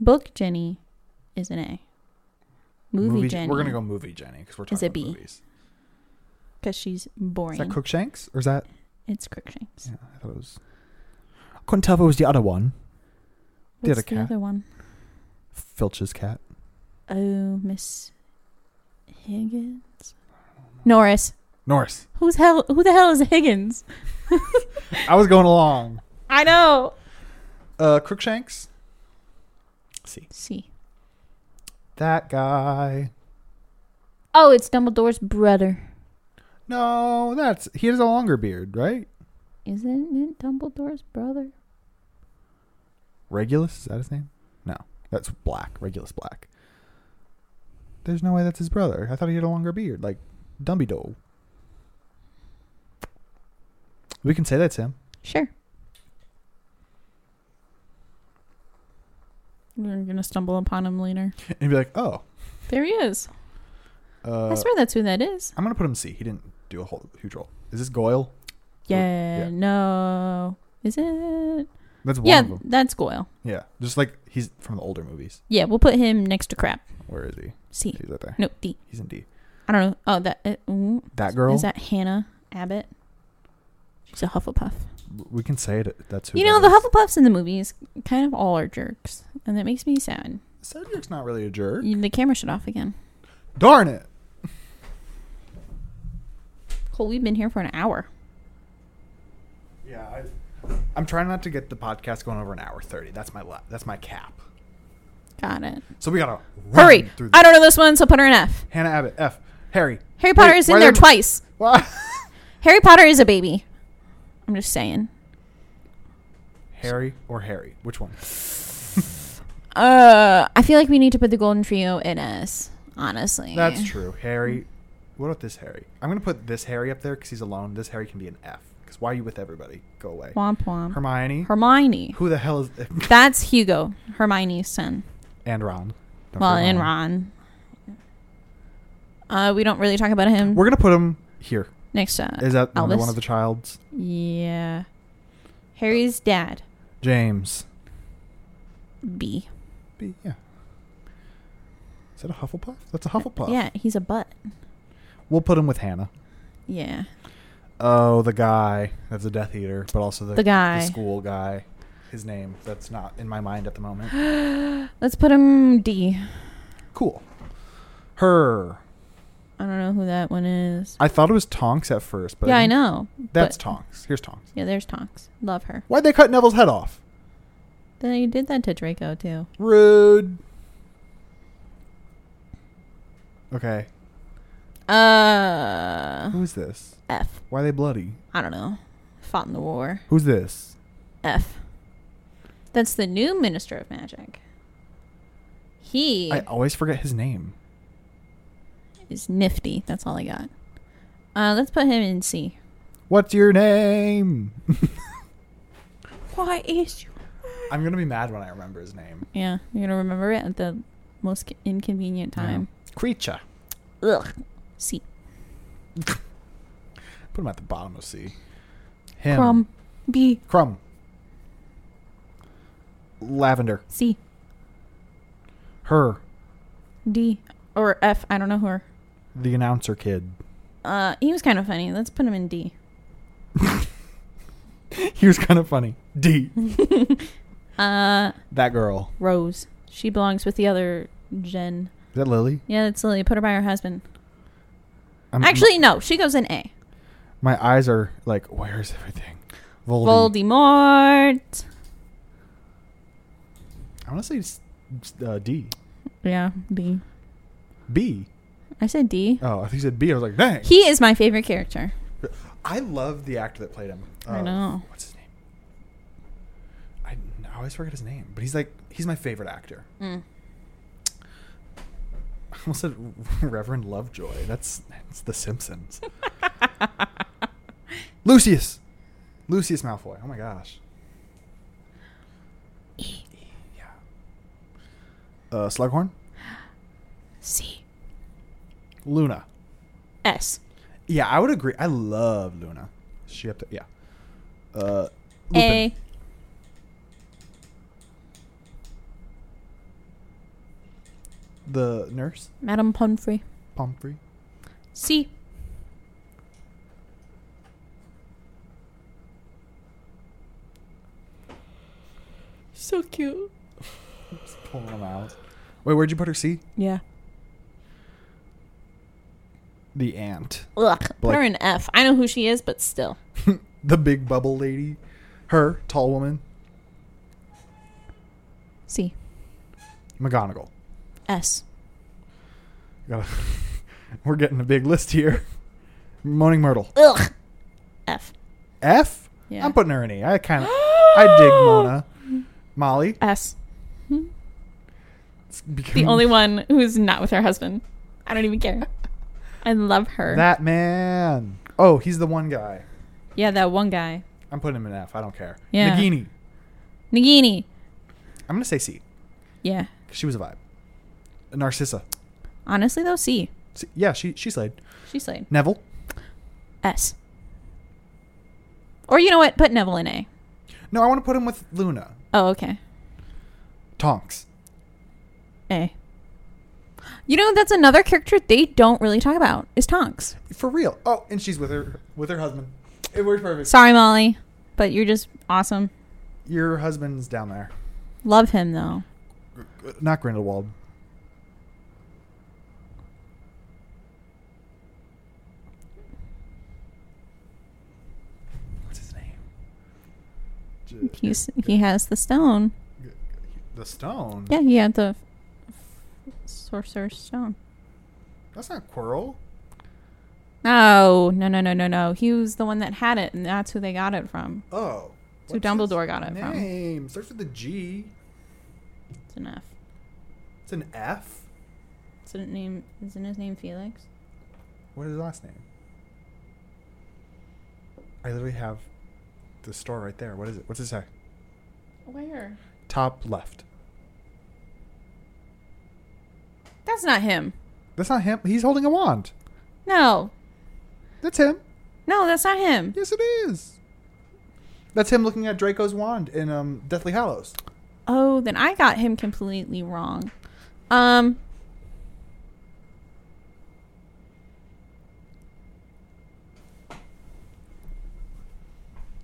[SPEAKER 3] Book Jenny is an A. Movie, Jenny.
[SPEAKER 2] We're going to go movie Jenny because we're talking
[SPEAKER 3] Is a
[SPEAKER 2] about
[SPEAKER 3] B.
[SPEAKER 2] movies.
[SPEAKER 3] because she's
[SPEAKER 2] Is that
[SPEAKER 3] boring.
[SPEAKER 2] Cookshanks? Or is that.
[SPEAKER 3] it's Crookshanks.
[SPEAKER 2] Yeah, I thought it was. I couldn't tell if it was the other one. The
[SPEAKER 3] What's
[SPEAKER 2] other
[SPEAKER 3] the
[SPEAKER 2] cat.
[SPEAKER 3] other one?
[SPEAKER 2] Filch's cat.
[SPEAKER 3] Oh, Miss Higgins. Norris.
[SPEAKER 2] Norris.
[SPEAKER 3] Who's hell? Who the hell is Higgins?
[SPEAKER 2] I was going along.
[SPEAKER 3] I know.
[SPEAKER 2] Uh, Crookshanks? see.
[SPEAKER 3] C.
[SPEAKER 2] That guy.
[SPEAKER 3] Oh, it's Dumbledore's brother.
[SPEAKER 2] No, that's. He has a longer beard, right?
[SPEAKER 3] Isn't it Dumbledore's brother?
[SPEAKER 2] Regulus, is that his name? No, that's Black. Regulus Black. There's no way that's his brother. I thought he had a longer beard, like Dumbledore. We can say that's him.
[SPEAKER 3] Sure. We're gonna stumble upon him later.
[SPEAKER 2] And be like, oh,
[SPEAKER 3] There he is.
[SPEAKER 2] uh,
[SPEAKER 3] I swear that's who that is.
[SPEAKER 2] I'm gonna put him in C. He didn't do a whole huge role. Is this Goyle?
[SPEAKER 3] Yeah,
[SPEAKER 2] yeah.
[SPEAKER 3] no. Is it?
[SPEAKER 2] That's one
[SPEAKER 3] yeah,
[SPEAKER 2] of them.
[SPEAKER 3] that's Goyle.
[SPEAKER 2] Yeah, just like he's from the older movies.
[SPEAKER 3] Yeah, we'll put him next to Crap.
[SPEAKER 2] Where is he?
[SPEAKER 3] C.
[SPEAKER 2] He's right there.
[SPEAKER 3] No, D.
[SPEAKER 2] He's in D.
[SPEAKER 3] I don't know. Oh, that. Uh, ooh.
[SPEAKER 2] That girl.
[SPEAKER 3] Is that Hannah Abbott? She's a Hufflepuff.
[SPEAKER 2] we can say it. That's who.
[SPEAKER 3] you
[SPEAKER 2] that
[SPEAKER 3] know, the
[SPEAKER 2] is.
[SPEAKER 3] Hufflepuffs in the movies kind of all are jerks, and that makes me sad.
[SPEAKER 2] Cedric's not really a jerk.
[SPEAKER 3] You- The camera shut off again.
[SPEAKER 2] Darn it.
[SPEAKER 3] Cole, we've been here for an hour.
[SPEAKER 2] Yeah, I, I'm trying not to get the podcast going over an hour thirty. That's my la- that's my cap.
[SPEAKER 3] Got it.
[SPEAKER 2] So we gotta run
[SPEAKER 3] Hurry!
[SPEAKER 2] Through
[SPEAKER 3] I don't know this one, so put her in F.
[SPEAKER 2] Hannah Abbott, F. Harry.
[SPEAKER 3] Harry Potter
[SPEAKER 2] Wait,
[SPEAKER 3] is
[SPEAKER 2] why
[SPEAKER 3] in there
[SPEAKER 2] didn't-
[SPEAKER 3] twice.
[SPEAKER 2] Why?
[SPEAKER 3] Harry Potter is a baby. I'm just saying.
[SPEAKER 2] Harry or Harry? Which one?
[SPEAKER 3] Uh, I feel like we need to put the Golden Trio in S. Honestly,
[SPEAKER 2] That's true. Harry. What about this Harry? I'm gonna put this Harry up there because he's alone. This Harry can be an F. Because why are you with everybody? Go away.
[SPEAKER 3] Womp womp.
[SPEAKER 2] Hermione.
[SPEAKER 3] Hermione.
[SPEAKER 2] Who the hell is?
[SPEAKER 3] That's Hugo, Hermione's son.
[SPEAKER 2] and Ron. Don't
[SPEAKER 3] well,
[SPEAKER 2] forget
[SPEAKER 3] and Ron. Uh, we don't really talk about him.
[SPEAKER 2] We're gonna put him here.
[SPEAKER 3] next. Uh,
[SPEAKER 2] Is that another
[SPEAKER 3] Elvis?
[SPEAKER 2] one of the childs?
[SPEAKER 3] Yeah, Harry's dad.
[SPEAKER 2] James.
[SPEAKER 3] B.
[SPEAKER 2] B. Yeah. Is that a Hufflepuff? That's a Hufflepuff.
[SPEAKER 3] Yeah, he's a butt.
[SPEAKER 2] We'll put him with Hannah.
[SPEAKER 3] Yeah,
[SPEAKER 2] Oh, the guy that's a Death Eater, but also the,
[SPEAKER 3] The guy.
[SPEAKER 2] school guy. His name that's not in my mind at the moment.
[SPEAKER 3] let's put him D.
[SPEAKER 2] Cool. Her.
[SPEAKER 3] I don't know who that one is.
[SPEAKER 2] I thought it was Tonks at first, but
[SPEAKER 3] yeah, I know.
[SPEAKER 2] that's
[SPEAKER 3] but-
[SPEAKER 2] Tonks. Here's Tonks.
[SPEAKER 3] Yeah, there's Tonks. Love her.
[SPEAKER 2] Why'd they cut Neville's head off?
[SPEAKER 3] They did that to Draco too.
[SPEAKER 2] Rude. Okay,
[SPEAKER 3] Uh,
[SPEAKER 2] who's this?
[SPEAKER 3] F.
[SPEAKER 2] Why are they bloody?
[SPEAKER 3] I don't know. Fought in the war.
[SPEAKER 2] Who's this?
[SPEAKER 3] F. That's the new Minister of Magic. He
[SPEAKER 2] I always forget his name.
[SPEAKER 3] is nifty. That's all I got. Uh, let's put him in C.
[SPEAKER 2] What's your name?
[SPEAKER 3] Why is you?
[SPEAKER 2] I'm gonna be mad when I remember his name.
[SPEAKER 3] Yeah, you're gonna remember it at the most c- inconvenient time.
[SPEAKER 2] Yeah. Creature.
[SPEAKER 3] Ugh. C.
[SPEAKER 2] Put him at the bottom of C. Him.
[SPEAKER 3] Crumb. B.
[SPEAKER 2] Crumb. Lavender.
[SPEAKER 3] C.
[SPEAKER 2] Her.
[SPEAKER 3] D. Or F. I don't know her.
[SPEAKER 2] The announcer kid.
[SPEAKER 3] Uh, he was kind of funny. Let's put him in D.
[SPEAKER 2] He was kind of funny. D.
[SPEAKER 3] Uh,
[SPEAKER 2] That girl.
[SPEAKER 3] Rose. She belongs with the other Jen.
[SPEAKER 2] Is that Lily?
[SPEAKER 3] Yeah, that's Lily. Put her by her husband.
[SPEAKER 2] I'm-
[SPEAKER 3] Actually, no. She goes in A.
[SPEAKER 2] my eyes are like, where's everything? Voldy.
[SPEAKER 3] Voldemort.
[SPEAKER 2] I want to say s- s- uh, D.
[SPEAKER 3] Yeah, B.
[SPEAKER 2] B.
[SPEAKER 3] I said D.
[SPEAKER 2] Oh, I think he said B. I was like, dang.
[SPEAKER 3] He is my favorite character.
[SPEAKER 2] I love the actor that played him.
[SPEAKER 3] I
[SPEAKER 2] Uh,
[SPEAKER 3] know.
[SPEAKER 2] What's his name? I, I always forget his name, but he's like he's my favorite actor. I almost said Reverend Lovejoy. That's that's The Simpsons. Lucius, Lucius Malfoy. Oh my gosh. E, Yeah. Uh, Slughorn,
[SPEAKER 3] C.
[SPEAKER 2] Luna.
[SPEAKER 3] S.
[SPEAKER 2] Yeah, I would agree. I love Luna. Is she up there? Yeah. Uh,
[SPEAKER 3] A.
[SPEAKER 2] Lupin. The nurse,
[SPEAKER 3] Madame Pomfrey.
[SPEAKER 2] Pomfrey.
[SPEAKER 3] C. So cute.
[SPEAKER 2] Just pulling them out. Wait, where'd you put her? C.
[SPEAKER 3] Yeah.
[SPEAKER 2] The ant.
[SPEAKER 3] Ugh. Put
[SPEAKER 2] Blake.
[SPEAKER 3] her in F. I know who she is, but still.
[SPEAKER 2] the big bubble lady. Her tall woman.
[SPEAKER 3] C.
[SPEAKER 2] McGonagall.
[SPEAKER 3] S.
[SPEAKER 2] Gotta. We're getting a big list here. Moaning Myrtle.
[SPEAKER 3] Ugh. F.
[SPEAKER 2] F.
[SPEAKER 3] Yeah.
[SPEAKER 2] am putting her in E. I kind of. I dig Mona. Molly.
[SPEAKER 3] S.
[SPEAKER 2] It's
[SPEAKER 3] The
[SPEAKER 2] becoming-
[SPEAKER 3] only one who's not with her husband. I don't even care. I love her.
[SPEAKER 2] That man. Oh, he's the one guy.
[SPEAKER 3] yeah, that one guy.
[SPEAKER 2] I'm putting him in F. I don't care.
[SPEAKER 3] Yeah.
[SPEAKER 2] Nagini.
[SPEAKER 3] Nagini.
[SPEAKER 2] I'm gonna say C.
[SPEAKER 3] Yeah.
[SPEAKER 2] 'cause She was a vibe. Narcissa.
[SPEAKER 3] Honestly, though, C.
[SPEAKER 2] C- yeah, she she slayed.
[SPEAKER 3] She slayed.
[SPEAKER 2] Neville.
[SPEAKER 3] S. Or you know what? Put Neville in A.
[SPEAKER 2] No, I want to put him with Luna.
[SPEAKER 3] Oh, okay.
[SPEAKER 2] Tonks.
[SPEAKER 3] A. You know, that's another character they don't really talk about is Tonks.
[SPEAKER 2] For real. Oh, and she's with her with her husband. It works perfect.
[SPEAKER 3] Sorry, Molly, but you're just awesome.
[SPEAKER 2] Your husband's down there.
[SPEAKER 3] Love him though.
[SPEAKER 2] Gr- Not Grindelwald. What's his name? J-
[SPEAKER 3] He's he has the stone.
[SPEAKER 2] The stone.
[SPEAKER 3] Yeah, he had the sorcerer's stone.
[SPEAKER 2] That's not Quirrell.
[SPEAKER 3] No, Oh, no, no, no, no, no. He was the one that had it, and that's who they got it from.
[SPEAKER 2] Oh.
[SPEAKER 3] So Dumbledore got it
[SPEAKER 2] name?
[SPEAKER 3] from.
[SPEAKER 2] Name starts with a G.
[SPEAKER 3] It's enough.
[SPEAKER 2] It's an F.
[SPEAKER 3] Isn't name? Isn't his name Felix?
[SPEAKER 2] What is his last name? I literally have the store right there. What is it? What's it say?
[SPEAKER 3] Where?
[SPEAKER 2] Top left.
[SPEAKER 3] That's not him.
[SPEAKER 2] That's not him. He's holding a wand.
[SPEAKER 3] No,
[SPEAKER 2] That's him.
[SPEAKER 3] no, that's not him.
[SPEAKER 2] Yes, it is. That's him looking at Draco's wand in um, Deathly Hallows.
[SPEAKER 3] Oh, then I got him completely wrong. Um.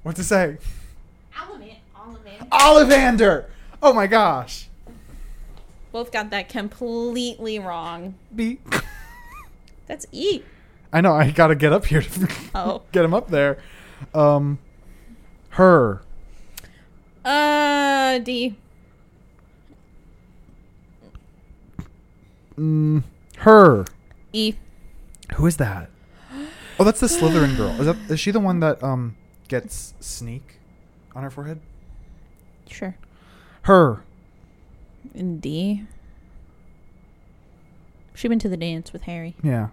[SPEAKER 2] What's it say?
[SPEAKER 3] Olivan.
[SPEAKER 2] Ollivander! Oh my gosh.
[SPEAKER 3] Both got that completely wrong.
[SPEAKER 2] B.
[SPEAKER 3] That's E.
[SPEAKER 2] I know. I gotta get up here to
[SPEAKER 3] Oh.
[SPEAKER 2] get him up there. Um, her.
[SPEAKER 3] Uh, D.
[SPEAKER 2] Mm, her.
[SPEAKER 3] E.
[SPEAKER 2] Who is that? Oh, that's the Slytherin girl. Is that is she the one that um gets sneak on her forehead?
[SPEAKER 3] Sure.
[SPEAKER 2] Her.
[SPEAKER 3] And D. She went to the dance with Harry.
[SPEAKER 2] Yeah.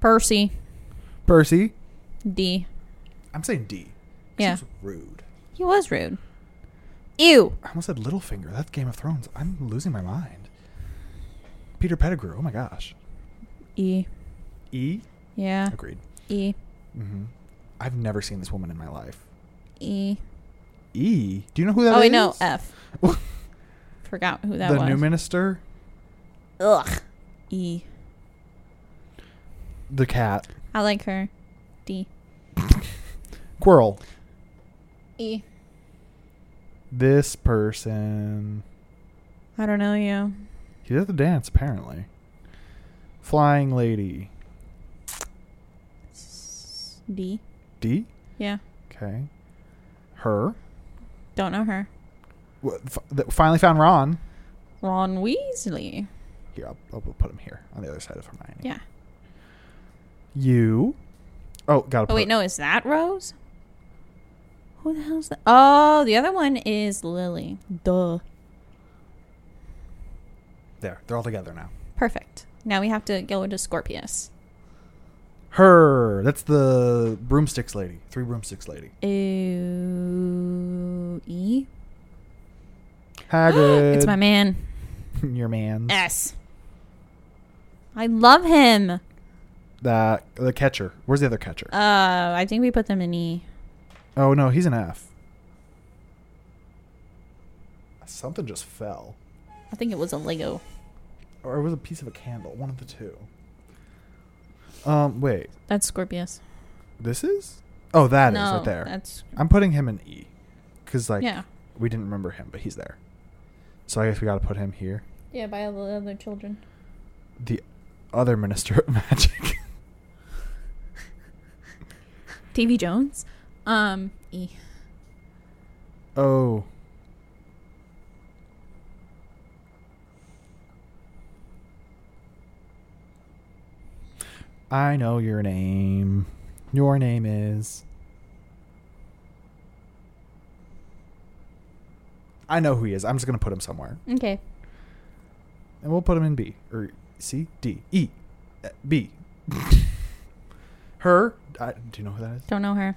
[SPEAKER 3] Percy.
[SPEAKER 2] Percy.
[SPEAKER 3] D.
[SPEAKER 2] I'm saying D.
[SPEAKER 3] Yeah.
[SPEAKER 2] Seems rude.
[SPEAKER 3] He was rude. Ew.
[SPEAKER 2] I almost said Littlefinger. That's Game of Thrones. I'm losing my mind. Peter Pettigrew. Oh my gosh.
[SPEAKER 3] E.
[SPEAKER 2] E.
[SPEAKER 3] Yeah.
[SPEAKER 2] Agreed.
[SPEAKER 3] E.
[SPEAKER 2] Mm-hmm. I've never seen this woman in my life.
[SPEAKER 3] E.
[SPEAKER 2] E. Do you know who that is?
[SPEAKER 3] Oh, wait, no. F. Forgot who that
[SPEAKER 2] the
[SPEAKER 3] was.
[SPEAKER 2] new minister.
[SPEAKER 3] Ugh. E.
[SPEAKER 2] The cat.
[SPEAKER 3] I like her. D.
[SPEAKER 2] Quirrell.
[SPEAKER 3] E.
[SPEAKER 2] This person.
[SPEAKER 3] I don't know you.
[SPEAKER 2] He did the dance, apparently. Flying Lady.
[SPEAKER 3] S- D.
[SPEAKER 2] D?
[SPEAKER 3] Yeah.
[SPEAKER 2] Okay. Her.
[SPEAKER 3] Don't know her.
[SPEAKER 2] Wha- f- that finally found Ron.
[SPEAKER 3] Ron Weasley.
[SPEAKER 2] Here, I'll, I'll put him here on the other side of Hermione.
[SPEAKER 3] Yeah.
[SPEAKER 2] You. Oh, gotta put.
[SPEAKER 3] Oh wait, no, is that Rose? Who the hell's that? Oh, the other one is Lily. Duh.
[SPEAKER 2] There. They're all together now.
[SPEAKER 3] Perfect. Now we have to go into Scorpius.
[SPEAKER 2] Her. That's the broomsticks lady. Three broomsticks lady.
[SPEAKER 3] Ooh, E.
[SPEAKER 2] Hagrid.
[SPEAKER 3] It's my man.
[SPEAKER 2] Your man.
[SPEAKER 3] S. I love him. Uh,
[SPEAKER 2] That the catcher. Where's the other catcher?
[SPEAKER 3] Uh, I think we put them in E.
[SPEAKER 2] oh no, he's an F. Something just fell,
[SPEAKER 3] I think it was a Lego.
[SPEAKER 2] or it was a piece of a candle. One of the two. Um. Wait.
[SPEAKER 3] That's Scorpius.
[SPEAKER 2] This is. Oh, that is
[SPEAKER 3] no,
[SPEAKER 2] right there.
[SPEAKER 3] That's
[SPEAKER 2] I'm putting him in E, because like
[SPEAKER 3] yeah,
[SPEAKER 2] we didn't remember him, but he's there. So I guess we got to put him here.
[SPEAKER 3] yeah. By all the other children.
[SPEAKER 2] The other minister of magic.
[SPEAKER 3] Davy Jones. Um, E.
[SPEAKER 2] oh. I know your name. Your name is. I know who he is. I'm just going to put him somewhere.
[SPEAKER 3] Okay.
[SPEAKER 2] And we'll put him in B or C D E uh, B. Her, I, do you know who that is?
[SPEAKER 3] Don't know her.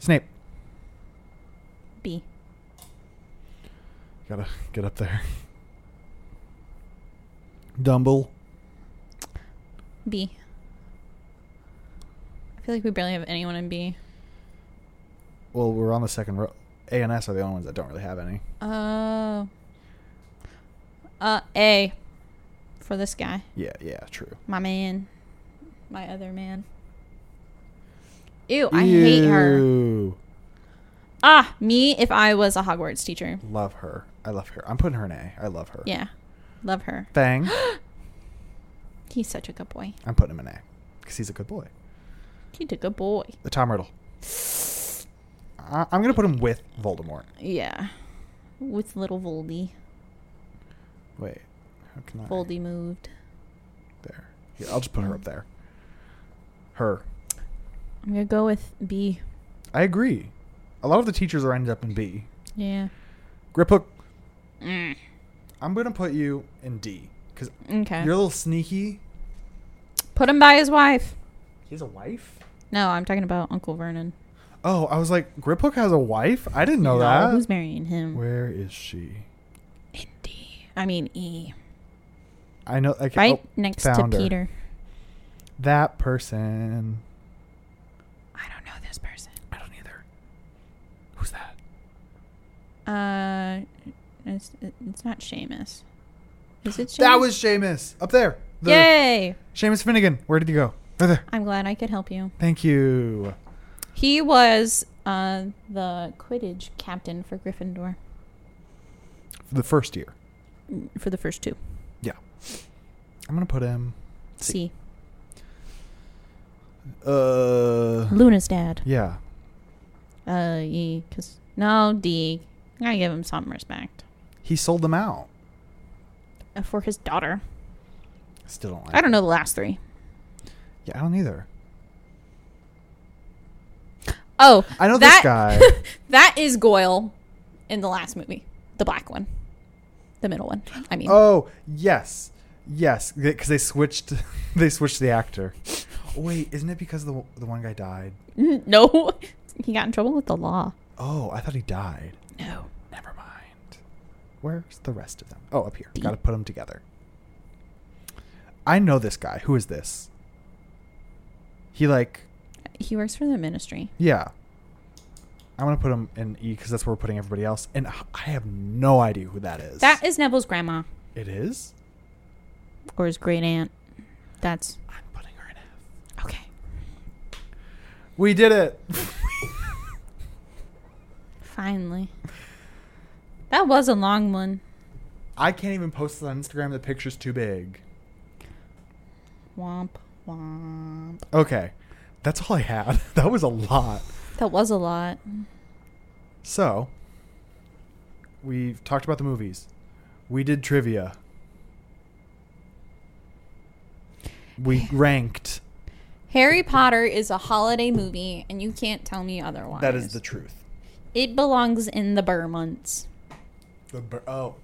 [SPEAKER 2] Snape.
[SPEAKER 3] B.
[SPEAKER 2] Gotta get up there. Dumble.
[SPEAKER 3] B. I feel like we barely have anyone in B.
[SPEAKER 2] Well, we're on the second row. A and S are the only ones that don't really have any.
[SPEAKER 3] Oh. Uh, A. For this guy,
[SPEAKER 2] Yeah, yeah, true.
[SPEAKER 3] my man, my other man. Ew, I hate her.
[SPEAKER 2] Ew.
[SPEAKER 3] Ah, me if I was a Hogwarts teacher.
[SPEAKER 2] Love her. I love her. I'm putting her in A. I love her.
[SPEAKER 3] Yeah, love her.
[SPEAKER 2] Fang. Uh,
[SPEAKER 3] He's such a good boy.
[SPEAKER 2] I'm putting him in A because he's a good boy.
[SPEAKER 3] He's a good boy.
[SPEAKER 2] The Tom Riddle. I, I'm gonna put him with Voldemort.
[SPEAKER 3] Yeah, with little Voldy.
[SPEAKER 2] Wait, how can I?
[SPEAKER 3] Voldy moved.
[SPEAKER 2] There. Yeah, I'll just put her up there. Her.
[SPEAKER 3] I'm gonna go with B.
[SPEAKER 2] I agree. A lot of the teachers are ended up in B.
[SPEAKER 3] Yeah.
[SPEAKER 2] Grip hook.
[SPEAKER 3] Mm.
[SPEAKER 2] I'm gonna put you in D because
[SPEAKER 3] Okay.
[SPEAKER 2] you're a little sneaky.
[SPEAKER 3] Put him by his wife.
[SPEAKER 2] He's a wife.
[SPEAKER 3] No, I'm talking about Uncle Vernon.
[SPEAKER 2] Oh, I was like, Grip hook has a wife. I didn't know that.
[SPEAKER 3] Who's marrying him?
[SPEAKER 2] Where is she?
[SPEAKER 3] Indy. I mean E.
[SPEAKER 2] I know. I can,
[SPEAKER 3] Right
[SPEAKER 2] oh,
[SPEAKER 3] next
[SPEAKER 2] found
[SPEAKER 3] to
[SPEAKER 2] her.
[SPEAKER 3] Peter.
[SPEAKER 2] That person.
[SPEAKER 3] I don't know this person.
[SPEAKER 2] I don't either. Who's that?
[SPEAKER 3] Uh, it's, it's not Seamus. Is it Seamus?
[SPEAKER 2] That was Seamus up there. The
[SPEAKER 3] Yay!
[SPEAKER 2] Seamus Finnegan. Where did he go? Right there.
[SPEAKER 3] I'm glad I could help you.
[SPEAKER 2] Thank you.
[SPEAKER 3] He was uh the Quidditch captain for Gryffindor
[SPEAKER 2] The first year.
[SPEAKER 3] mm, for the first two.
[SPEAKER 2] Yeah. I'm gonna put him.
[SPEAKER 3] C.
[SPEAKER 2] Uh.
[SPEAKER 3] Luna's dad.
[SPEAKER 2] Yeah.
[SPEAKER 3] Uh, E. Cause no D. I gotta give him some respect
[SPEAKER 2] He sold them out.
[SPEAKER 3] uh, for his daughter.
[SPEAKER 2] Still don't like.
[SPEAKER 3] I don't know the last three.
[SPEAKER 2] Yeah, I don't either.
[SPEAKER 3] Oh,
[SPEAKER 2] I know
[SPEAKER 3] that,
[SPEAKER 2] this guy.
[SPEAKER 3] that is Goyle in the last movie, the black one, the middle one. I mean,
[SPEAKER 2] oh yes, yes, because they switched. they switched the actor. Wait, isn't it because the the one guy died?
[SPEAKER 3] n- no, he got in trouble with the law.
[SPEAKER 2] Oh, I thought he died.
[SPEAKER 3] No,
[SPEAKER 2] Never mind. Where's the rest of them? Oh, up here. Got to put them together. I know this guy. Who is this? He like
[SPEAKER 3] he works for the ministry.
[SPEAKER 2] yeah. I'm gonna put him in E because that's where we're putting everybody else, and I I have no idea who that is.
[SPEAKER 3] That is Neville's grandma
[SPEAKER 2] it is.
[SPEAKER 3] or his great aunt. That's
[SPEAKER 2] I'm putting her in F.
[SPEAKER 3] okay.
[SPEAKER 2] We did it.
[SPEAKER 3] Finally. That was a long one.
[SPEAKER 2] I can't even post this on Instagram. The picture's too big.
[SPEAKER 3] Womp womp.
[SPEAKER 2] Okay. That's all I had. That was a lot.
[SPEAKER 3] That was a lot.
[SPEAKER 2] So, we've talked about the movies. We did trivia. We ranked.
[SPEAKER 3] Harry Potter is a holiday movie, and you can't tell me otherwise.
[SPEAKER 2] That is the truth.
[SPEAKER 3] It belongs in the Burr months.
[SPEAKER 2] The bur- oh,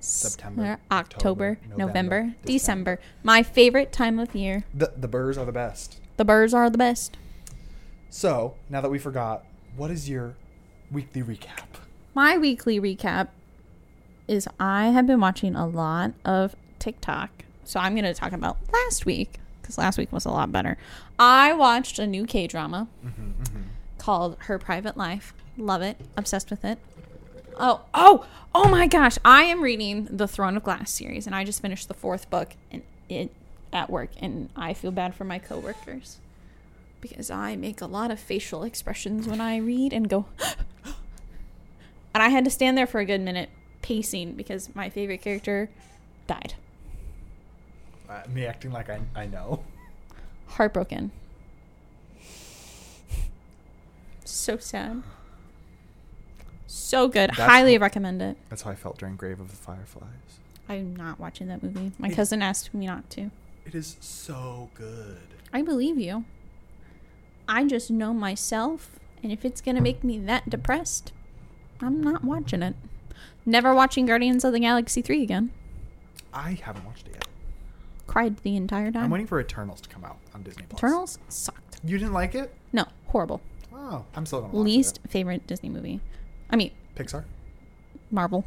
[SPEAKER 2] September,
[SPEAKER 3] October,
[SPEAKER 2] October,
[SPEAKER 3] November,
[SPEAKER 2] November,
[SPEAKER 3] December. My favorite time of year.
[SPEAKER 2] the the burrs are the best.
[SPEAKER 3] The Burrs are the best.
[SPEAKER 2] So now that we forgot, what is your weekly recap?
[SPEAKER 3] My weekly recap is I have been watching a lot of TikTok. So I'm going to talk about last week because last week was a lot better. I watched a new K drama called Her Private Life. Love it. Obsessed with it. Oh, oh, oh my gosh. I am reading the Throne of Glass series and I just finished the fourth book and it at work and I feel bad for my coworkers because I make a lot of facial expressions when I read and go and I had to stand there for a good minute pacing because my favorite character died.
[SPEAKER 2] Uh, me acting like I I know.
[SPEAKER 3] Heartbroken. So sad. So good.
[SPEAKER 2] That's
[SPEAKER 3] Highly
[SPEAKER 2] wh-
[SPEAKER 3] recommend it.
[SPEAKER 2] That's how I felt during Grave of the Fireflies.
[SPEAKER 3] I'm not watching that movie. My
[SPEAKER 2] It-
[SPEAKER 3] cousin asked me not to.
[SPEAKER 2] It is so good.
[SPEAKER 3] I believe you. I just know myself, and if it's gonna make me that depressed, I'm not watching it. Never watching Guardians of the Galaxy 3 again.
[SPEAKER 2] I haven't watched it yet.
[SPEAKER 3] Cried the entire
[SPEAKER 2] I'm
[SPEAKER 3] time.
[SPEAKER 2] waiting for Eternals to come out on Disney Plus.
[SPEAKER 3] Eternals sucked.
[SPEAKER 2] You didn't like it?
[SPEAKER 3] No, horrible.
[SPEAKER 2] Oh, I'm still gonna watch
[SPEAKER 3] Least
[SPEAKER 2] it.
[SPEAKER 3] favorite Disney movie. I mean,
[SPEAKER 2] Pixar,
[SPEAKER 3] Marvel.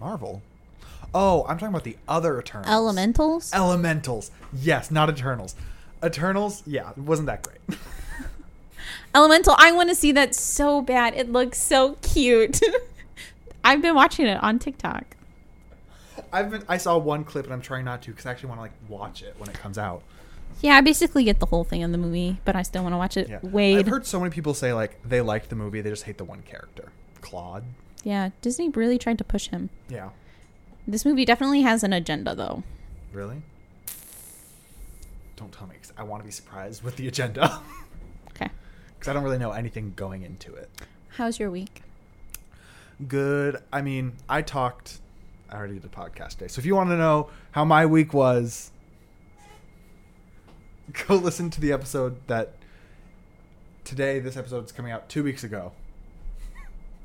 [SPEAKER 2] Marvel. Oh, I'm talking about the other Eternals.
[SPEAKER 3] Elementals?
[SPEAKER 2] Oh. Elementals. Yes, not Eternals. Eternals. Yeah, it wasn't that great.
[SPEAKER 3] Elemental. I want to see that so bad. It looks so cute. I've been watching it on TikTok.
[SPEAKER 2] I've been. I saw one clip and I'm trying not to because I actually want to like watch it when it comes out.
[SPEAKER 3] Yeah, I basically get the whole thing in the movie, but I still want to watch it.
[SPEAKER 2] Yeah.
[SPEAKER 3] Uh, Wade.
[SPEAKER 2] I've heard so many people say like they liked the movie, they just hate the one character, Claude.
[SPEAKER 3] yeah, Disney really tried to push him.
[SPEAKER 2] Yeah.
[SPEAKER 3] This movie definitely has an agenda, though.
[SPEAKER 2] Really? Don't tell me because I want to be surprised with the agenda
[SPEAKER 3] Okay.
[SPEAKER 2] because I don't really know anything going into it.
[SPEAKER 3] How's your week?
[SPEAKER 2] Good. I mean, I talked. I already did a podcast day, so if you want to know how my week was, go listen to the episode that today. This episode's coming out two weeks ago.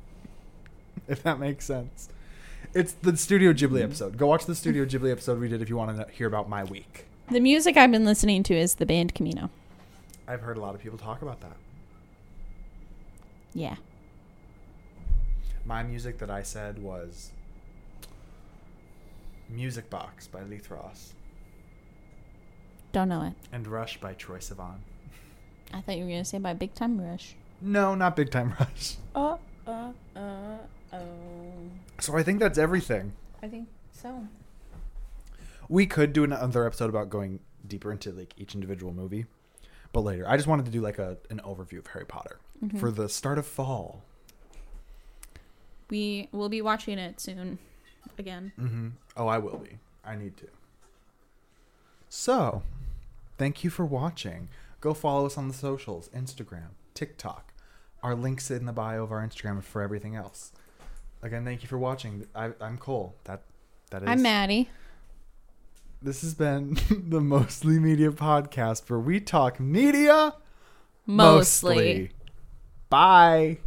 [SPEAKER 2] if that makes sense, it's the Studio Ghibli episode. Go watch the Studio Ghibli episode we did if you want to hear about my week.
[SPEAKER 3] The music I've been listening to is the band Camino.
[SPEAKER 2] I've heard a lot of people talk about that.
[SPEAKER 3] Yeah.
[SPEAKER 2] My music that I said was Music Box by Leith Ross
[SPEAKER 3] Don't know it.
[SPEAKER 2] and Rush by Troy Sivan.
[SPEAKER 3] I thought you were going to say by Big Time Rush.
[SPEAKER 2] No, not Big Time Rush.
[SPEAKER 3] Uh, uh, uh, oh.
[SPEAKER 2] So I think that's everything.
[SPEAKER 3] I think so.
[SPEAKER 2] We could do another episode about going deeper into like each individual movie, but later. I just wanted to do like a an overview of Harry Potter
[SPEAKER 3] Mm-hmm.
[SPEAKER 2] for the start of fall.
[SPEAKER 3] We will be watching it soon again.
[SPEAKER 2] Mm-hmm. Oh, I will be. I need to. So, thank you for watching. Go follow us on the socials Instagram, TikTok. Our links in the bio of our Instagram for everything else. Again, thank you for watching. I, I'm Cole. That that is.
[SPEAKER 3] I'm Maddie.
[SPEAKER 2] This has been the Mostly Media podcast where we talk media
[SPEAKER 3] Mostly.
[SPEAKER 2] Bye.